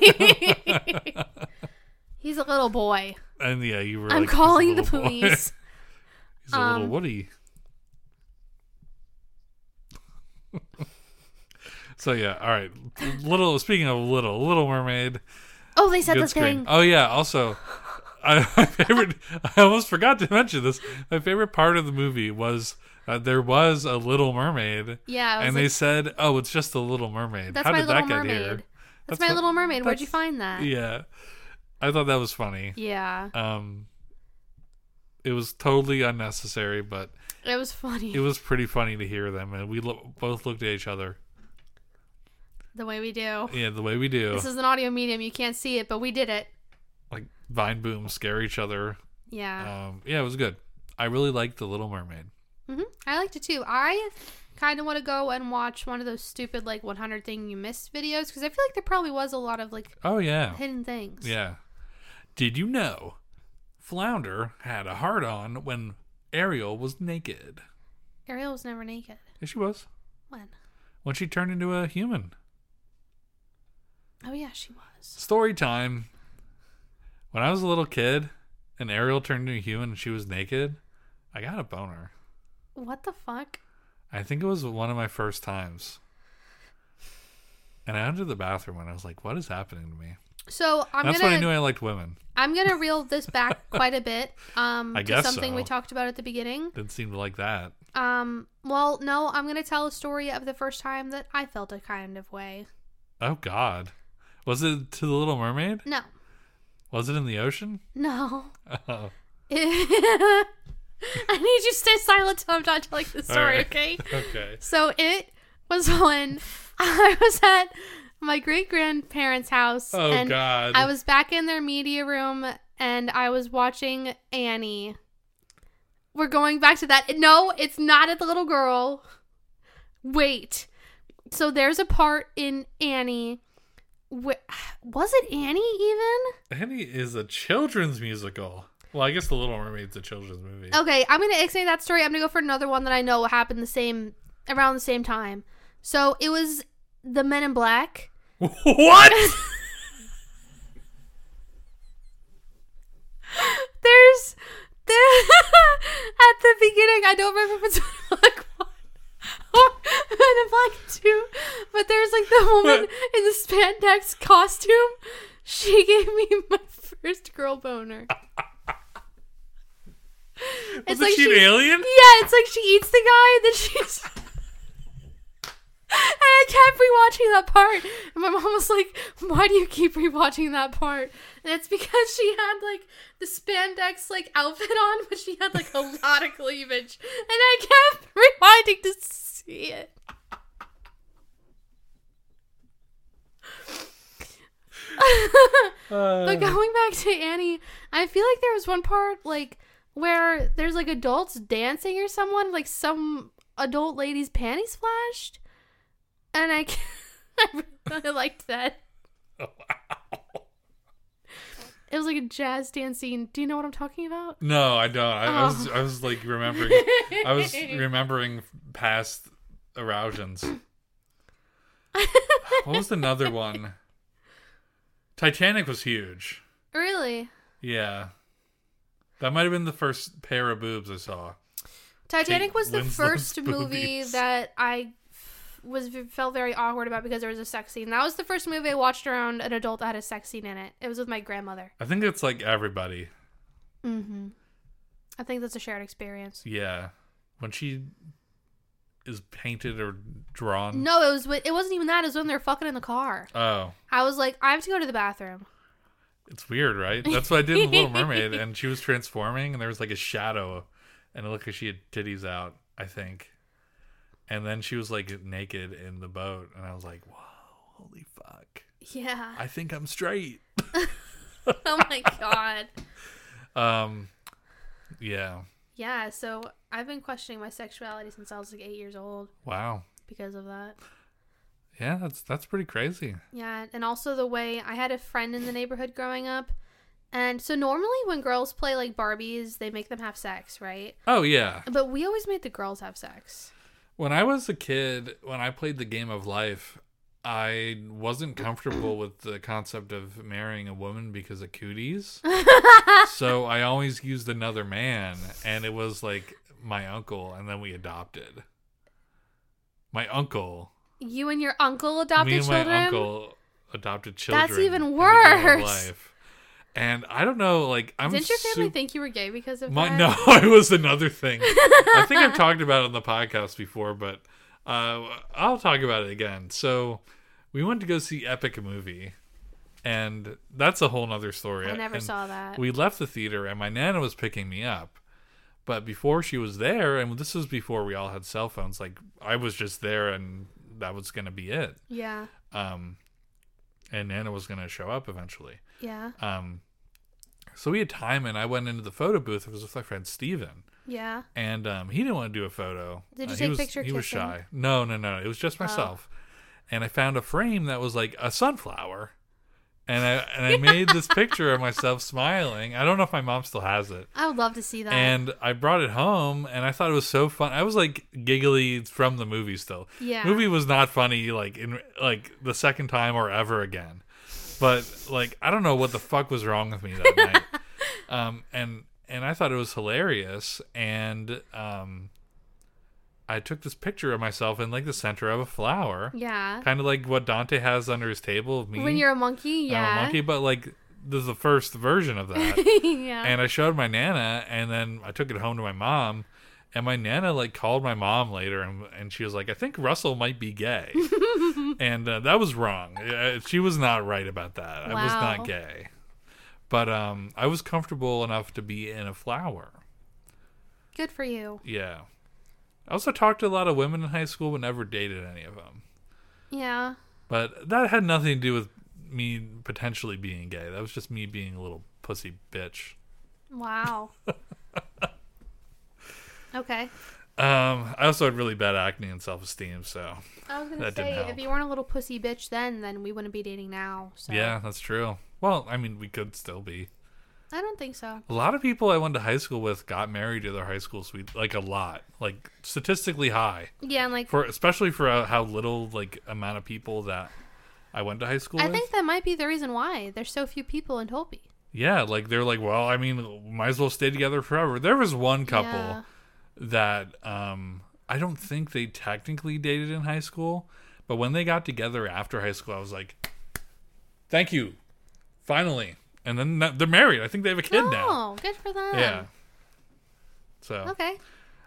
a little boy. and yeah, you were. like, I'm he's a calling the little boy. police. he's a little Um, Woody. so yeah, all right. Little. Speaking of little, Little Mermaid. oh, they said good the screen. thing. Oh yeah. Also, I, my favorite. I almost forgot to mention this. My favorite part of the movie was uh, there was a Little Mermaid. Yeah, I was and like, they said, "Oh, it's just the Little Mermaid." that's How my did little that mermaid. get here? That's, That's my what- little mermaid. Where'd you that's- find that? Yeah. Yeah, I thought that was funny. Um, it was totally unnecessary, but It was funny it was pretty funny to hear them, and we lo- both looked at each other. the way we do. Yeah, the way we do, This is an audio medium. You can't see it, but we did it. like vine boom, scare each other. Yeah. Um, yeah, it was good. I really liked the Little Mermaid. hmm I liked it too. I kind of want to go and watch one of those stupid, like, 100 thing you missed videos because I feel like there probably was a lot of, like, Oh yeah, hidden things. yeah. Did you know Flounder had a heart on when Ariel was naked? Ariel was never naked. Yeah, she was When? when she turned into a human. Oh, yeah, she was. Story time. When I was a little kid and Ariel turned into a human and she was naked, I got a boner. What the fuck? I think it was one of my first times. And I went to the bathroom and I was like, what is happening to me? So I'm That's gonna when I knew I liked women. I'm gonna reel this back quite a bit. Um, I to guess something we so. talked about at the beginning. Didn't seem to like that. Um, well, no, I'm gonna tell a story of the first time that I felt a kind of way. Oh, God. Was it to The Little Mermaid? No, Was it in the ocean? no. Oh. I need you to stay silent till I'm done telling the All story. right. Okay. Okay. So it was when I was at my great grandparents' house, Oh, and God. I was back in their media room and I was watching Annie. We're going back to that. No, it's not at the little girl. Wait. So there's a part in Annie. Wh- was it Annie even? Annie is a children's musical. Well, I guess The Little Mermaid's a children's movie. Okay, I'm going to explain that story. I'm going to go for another one that I know happened the same around the same time. So it was the Men in Black. What? There's there, at the beginning. I don't remember if it's like one or Men in Black two, but there's like the woman in the spandex costume. She gave me my first girl boner. It's like It's like she an she- alien? Yeah, it's like she eats the guy, and then she's. and I kept rewatching that part, and my mom was like, "Why do you keep rewatching that part?" And it's because she had like the spandex like outfit on, but she had like a lot of cleavage, and I kept rewinding to see it. But going back to Annie, I feel like there was one part like where there's like adults dancing or someone like some adult lady's panties flashed, and I I really liked that. Oh, wow. It was like a jazz dance scene. Do you know what I'm talking about? No, I don't. I, I was Oh. I was like remembering. I was remembering past arousions. what was another one? Titanic was huge. really. Yeah. That might have been the first pair of boobs I saw. Titanic was the Winslet's first movie boobies. that I f- was felt very awkward about because there was a sex scene. That was the first movie I watched around an adult that had a sex scene in it. It was with my grandmother. I think it's like everybody. Mm-hmm. I think that's a shared experience. Yeah. When she is painted or drawn. No, it was when, it wasn't even that. It was when they were fucking in the car. Oh. I was like, I have to go to the bathroom. It's weird, right? That's what I did in Little Mermaid, and she was transforming, and there was like a shadow, and it looked like she had titties out, I think. And then she was like naked in the boat, and I was like, "Wow, holy fuck! Yeah. I think I'm straight." oh my god. Um, yeah, Yeah. So I've been questioning my sexuality since I was like eight years old wow, because of that. yeah, that's that's pretty crazy. Yeah, and also the way I had a friend in the neighborhood growing up. And so normally when girls play like Barbies, they make them have sex, right? Oh yeah, But we always made the girls have sex. When I was a kid, when I played the game of life, I wasn't comfortable with the concept of marrying a woman because of cooties. so I always used another man, and it was like my uncle, and then we adopted. My uncle, You and your uncle adopted me and children. my uncle adopted children. in even the game of worse. life. And I don't know, like I'm. Didn't your family sup- think you were gay because of my, that? no, it was another thing. I think I've talked about it on the podcast before, but uh, I'll talk about it again. So we went to go see Epic movie, and that's a whole nother story. I never And saw that. We left the theater, and my nana was picking me up. But before she was there, and this was before we all had cell phones. Like I was just there, and that was gonna be it. yeah. Um, and Nana was gonna show up eventually. Yeah. Um, so we had time, and I went into the photo booth. It was with my friend Steven. Yeah. And um, he didn't want to do a photo. Uh, Did you he take was, picture He was kissing? Oh. shy. No, no, no. It was just myself. And I found a frame that was like a sunflower. And I and I made this picture of myself smiling. I don't know if my mom still has it. I would love to see that. And I brought it home, and I thought it was so fun. I was like giggly from the movie still. Yeah. movie was not funny like in like the second time or ever again. But like I don't know what the fuck was wrong with me that night. Um, and and I thought it was hilarious, and um, I took this picture of myself in like the center of a flower, yeah. kind of like what Dante has under his table of me. When you're a monkey, I'm a yeah. monkey, but like this is the first version of that. yeah. And I showed my nana, and then I took it home to my mom. And my nana like called my mom later, and, and she was like, "I think Russell might be gay," and uh, that was wrong. Uh, She was not right about that. I was Wow. not gay, but um, I was comfortable enough to be in a flower. Good for you. Yeah. I also talked to a lot of women in high school, but never dated any of them. Yeah. But that had nothing to do with me potentially being gay. That was just me being a little pussy bitch. Wow. okay. Um, I also had really bad acne and self esteem, so I was gonna That didn't say help. if you weren't a little pussy bitch then, then we wouldn't be dating now. So yeah, that's true. Well, I mean, we could still be. I don't think so. A lot of people I went to high school with got married to their high school sweet, like a lot, like statistically high Yeah, and like for especially for uh, how little like amount of people that I went to high school I with. think that might be the reason why there's so few people in Holby. yeah, like they're like, well, I mean, might as well stay together forever. There was one couple Yeah. that um I don't think they technically dated in high school, but when they got together after high school, I was like, "Thank you, finally!" And then that- they're married. I think they have a kid now. Oh, good for them. Yeah, So Okay.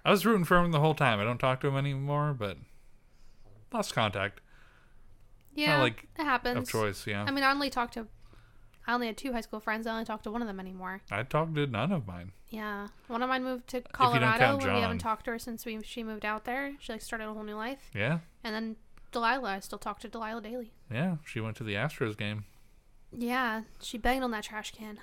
I was rooting for him the whole time. I don't talk to him anymore, but lost contact Yeah. like, it happens. of choice. Yeah, I mean, I only talked to. I only had two high school friends. I only talked to one of them anymore. I talked to none of mine. Yeah, one of mine moved to don't count Colorado, and we John. haven't talked to her since we she moved out there. She like started a whole new life. Yeah, And then Delilah, I still talk to Delilah daily. yeah. She went to the Astros game. Yeah, she banged on that trash can.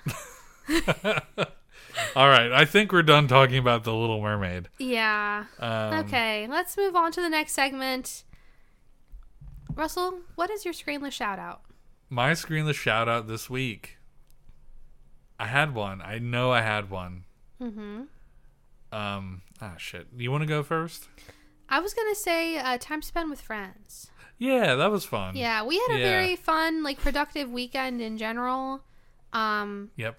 All right, I think we're done talking about the Little Mermaid. yeah. Um, okay, let's move on to the next segment. Russell, what is your screenless shout out? My screenless shout out this week. I had one. I know I had one. Mm-hmm. Um, ah, shit. You want to go first? I was gonna say uh, time spent with friends. Yeah, that was fun. Yeah, we had a Hmm. Yeah. very fun, like productive weekend in general. Um, Yep.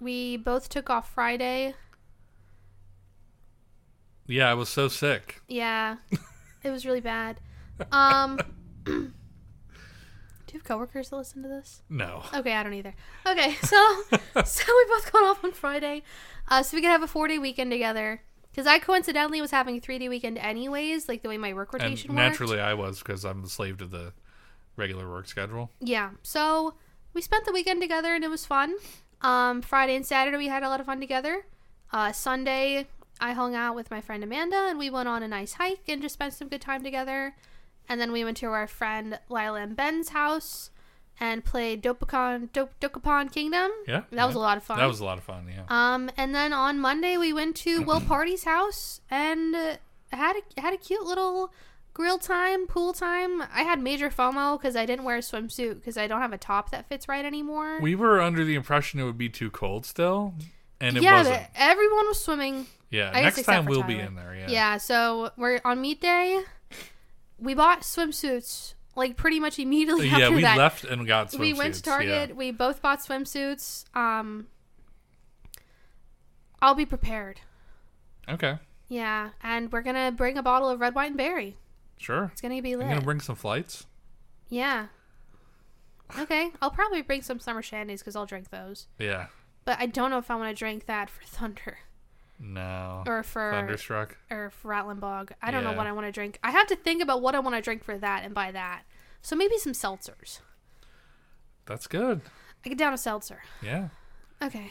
we both took off Friday. Yeah, I was so sick. Yeah, it was really bad. Um, do you have coworkers that listen to this? No. Okay, I don't either. Okay, so so we both got off on Friday, uh, so we could have a four day weekend together. Because I coincidentally was having a three day weekend anyways, like the way my work and rotation worked. naturally, I was because I'm a slave to the regular work schedule. Yeah. So we spent the weekend together and it was fun. Um, Friday and Saturday we had a lot of fun together. Uh, Sunday I hung out with my friend Amanda and we went on a nice hike and just spent some good time together. And then we went to our friend Lila and Ben's house and played Dopacon Dop Dokapon Kingdom. Yeah. That was a lot of fun. That was a lot of fun. Yeah. um, and then on Monday we went to Will Party's house and uh, had a, had a cute little grill time, pool time. I had major FOMO because I didn't wear a swimsuit because I don't have a top that fits right anymore. We were under the impression it would be too cold still, and it yeah, wasn't. but everyone was swimming. yeah. I guess Next except time for we'll be Tyler. in there. Yeah. Yeah. so we're on meet day. We bought swimsuits like pretty much immediately Yeah, after we that. left and got swimsuits. we went to yeah. Target. We both bought swimsuits. Um, I'll be prepared. Okay. Yeah, and we're gonna bring a bottle of red wine berry. Sure. It's gonna be I'm lit. gonna bring some flights. yeah. Okay, I'll probably bring some summer shandies because I'll drink those. Yeah. But I don't know if I want to drink that for Thunder No. or for Thunderstruck. or for Rattlin' Bog. I don't know Yeah. what I want to drink. I have to think about what I want to drink for that and buy that. So maybe some seltzers. That's good. I get down a seltzer. Yeah. Okay.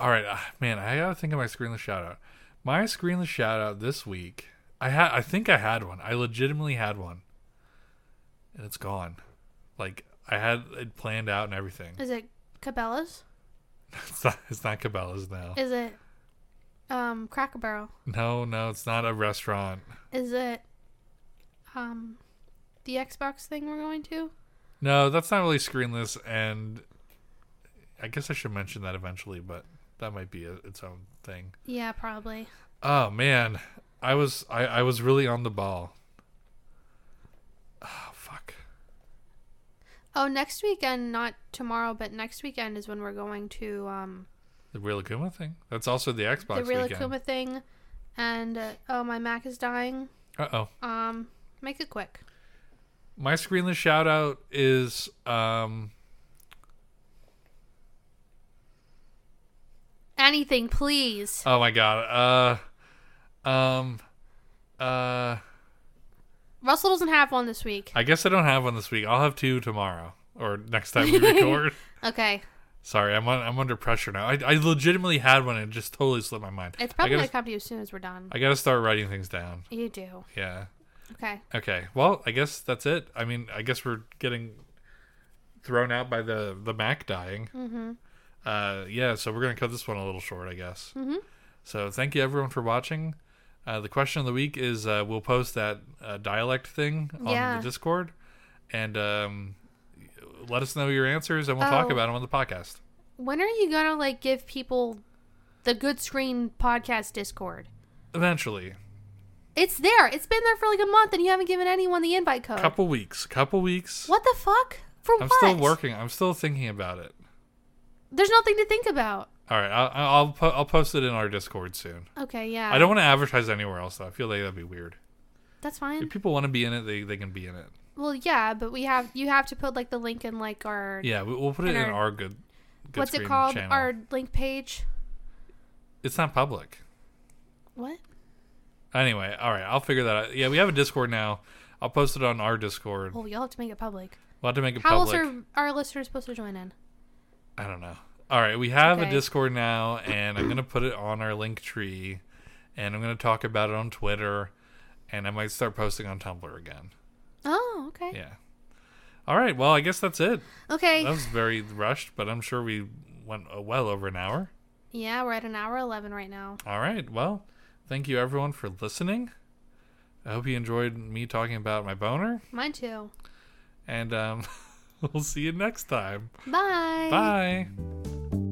All right, uh, man. I gotta think of my screenless shout out. My screenless shout out this week. I had. I think I had one. I legitimately had one, and it's gone. Like I had it planned out and everything. Is it Cabela's? It's not. It's not Cabela's now. Is it um Cracker Barrel? No, no. It's not a restaurant. Is it um the Xbox thing we're going to? No, that's not really screenless. And I guess I should mention that eventually, but that might be a, its own thing. Yeah, probably. Oh man, I was I, I was really on the ball. Oh fuck. Oh, next weekend, not tomorrow, but next weekend is when we're going to um, The Real Akuma thing. That's also the Xbox the Real weekend. Akuma thing. And uh, oh, my Mac is dying. Uh oh. Um, make it quick. My screenless shout out is um Anything, please. oh my god. Uh um uh Russell doesn't have one this week. I guess I don't have one this week. I'll have two tomorrow or next time we record. Okay, Sorry, I'm on, I'm under pressure now. I, I legitimately had one and it just totally slipped my mind. it's I probably gotta, gonna come to you as soon as we're done. I gotta start writing things down. You do. Yeah. Okay. Okay. Well, I guess that's it. I mean, I guess we're getting thrown out by the the Mac dying. Mm-hmm. Uh, yeah. So we're gonna cut this one a little short, I guess. Mhm. So thank you everyone for watching. Uh, the question of the week is: uh, We'll post that uh, dialect thing on Yeah. the Discord, and um, let us know your answers, and we'll talk Oh. about them on the podcast. When are you gonna like give people the Good Screen Podcast Discord? Eventually, It's there. It's been there for like a month, and you haven't given anyone the invite code. couple weeks, couple weeks. What the fuck? For I'm what? still working. I'm still thinking about it. There's nothing to think about. All right, I'll I'll, po- I'll post it in our Discord soon. Okay. Yeah. I don't want to advertise anywhere else though. I feel like that'd be weird. That's fine. If people want to be in it, they, they can be in it. Well, yeah, but we have you have to put like the link in like our Yeah, we, we'll put it In in our- our good. good what's it screen called Channel. our link page. It's not public. What? Anyway, all right, I'll figure that out. Yeah, we have a Discord now. I'll post it on our Discord. Well, you'll have to make it public. We'll have to make it How else public. are our listeners supposed to join in? I don't know. All right, we have a Okay. Discord now, and I'm gonna put it on our link tree, and I'm gonna talk about it on Twitter, and I might start posting on Tumblr again. Oh, okay. Yeah. All right. Well, I guess that's it. Okay. That was very rushed, but I'm sure we went uh, well over an hour. Yeah, we're at an hour 11 right now. All right. Well, thank you everyone for listening. I hope you enjoyed me talking about my boner, Mine too. and um, we'll see you next time. Bye. Bye.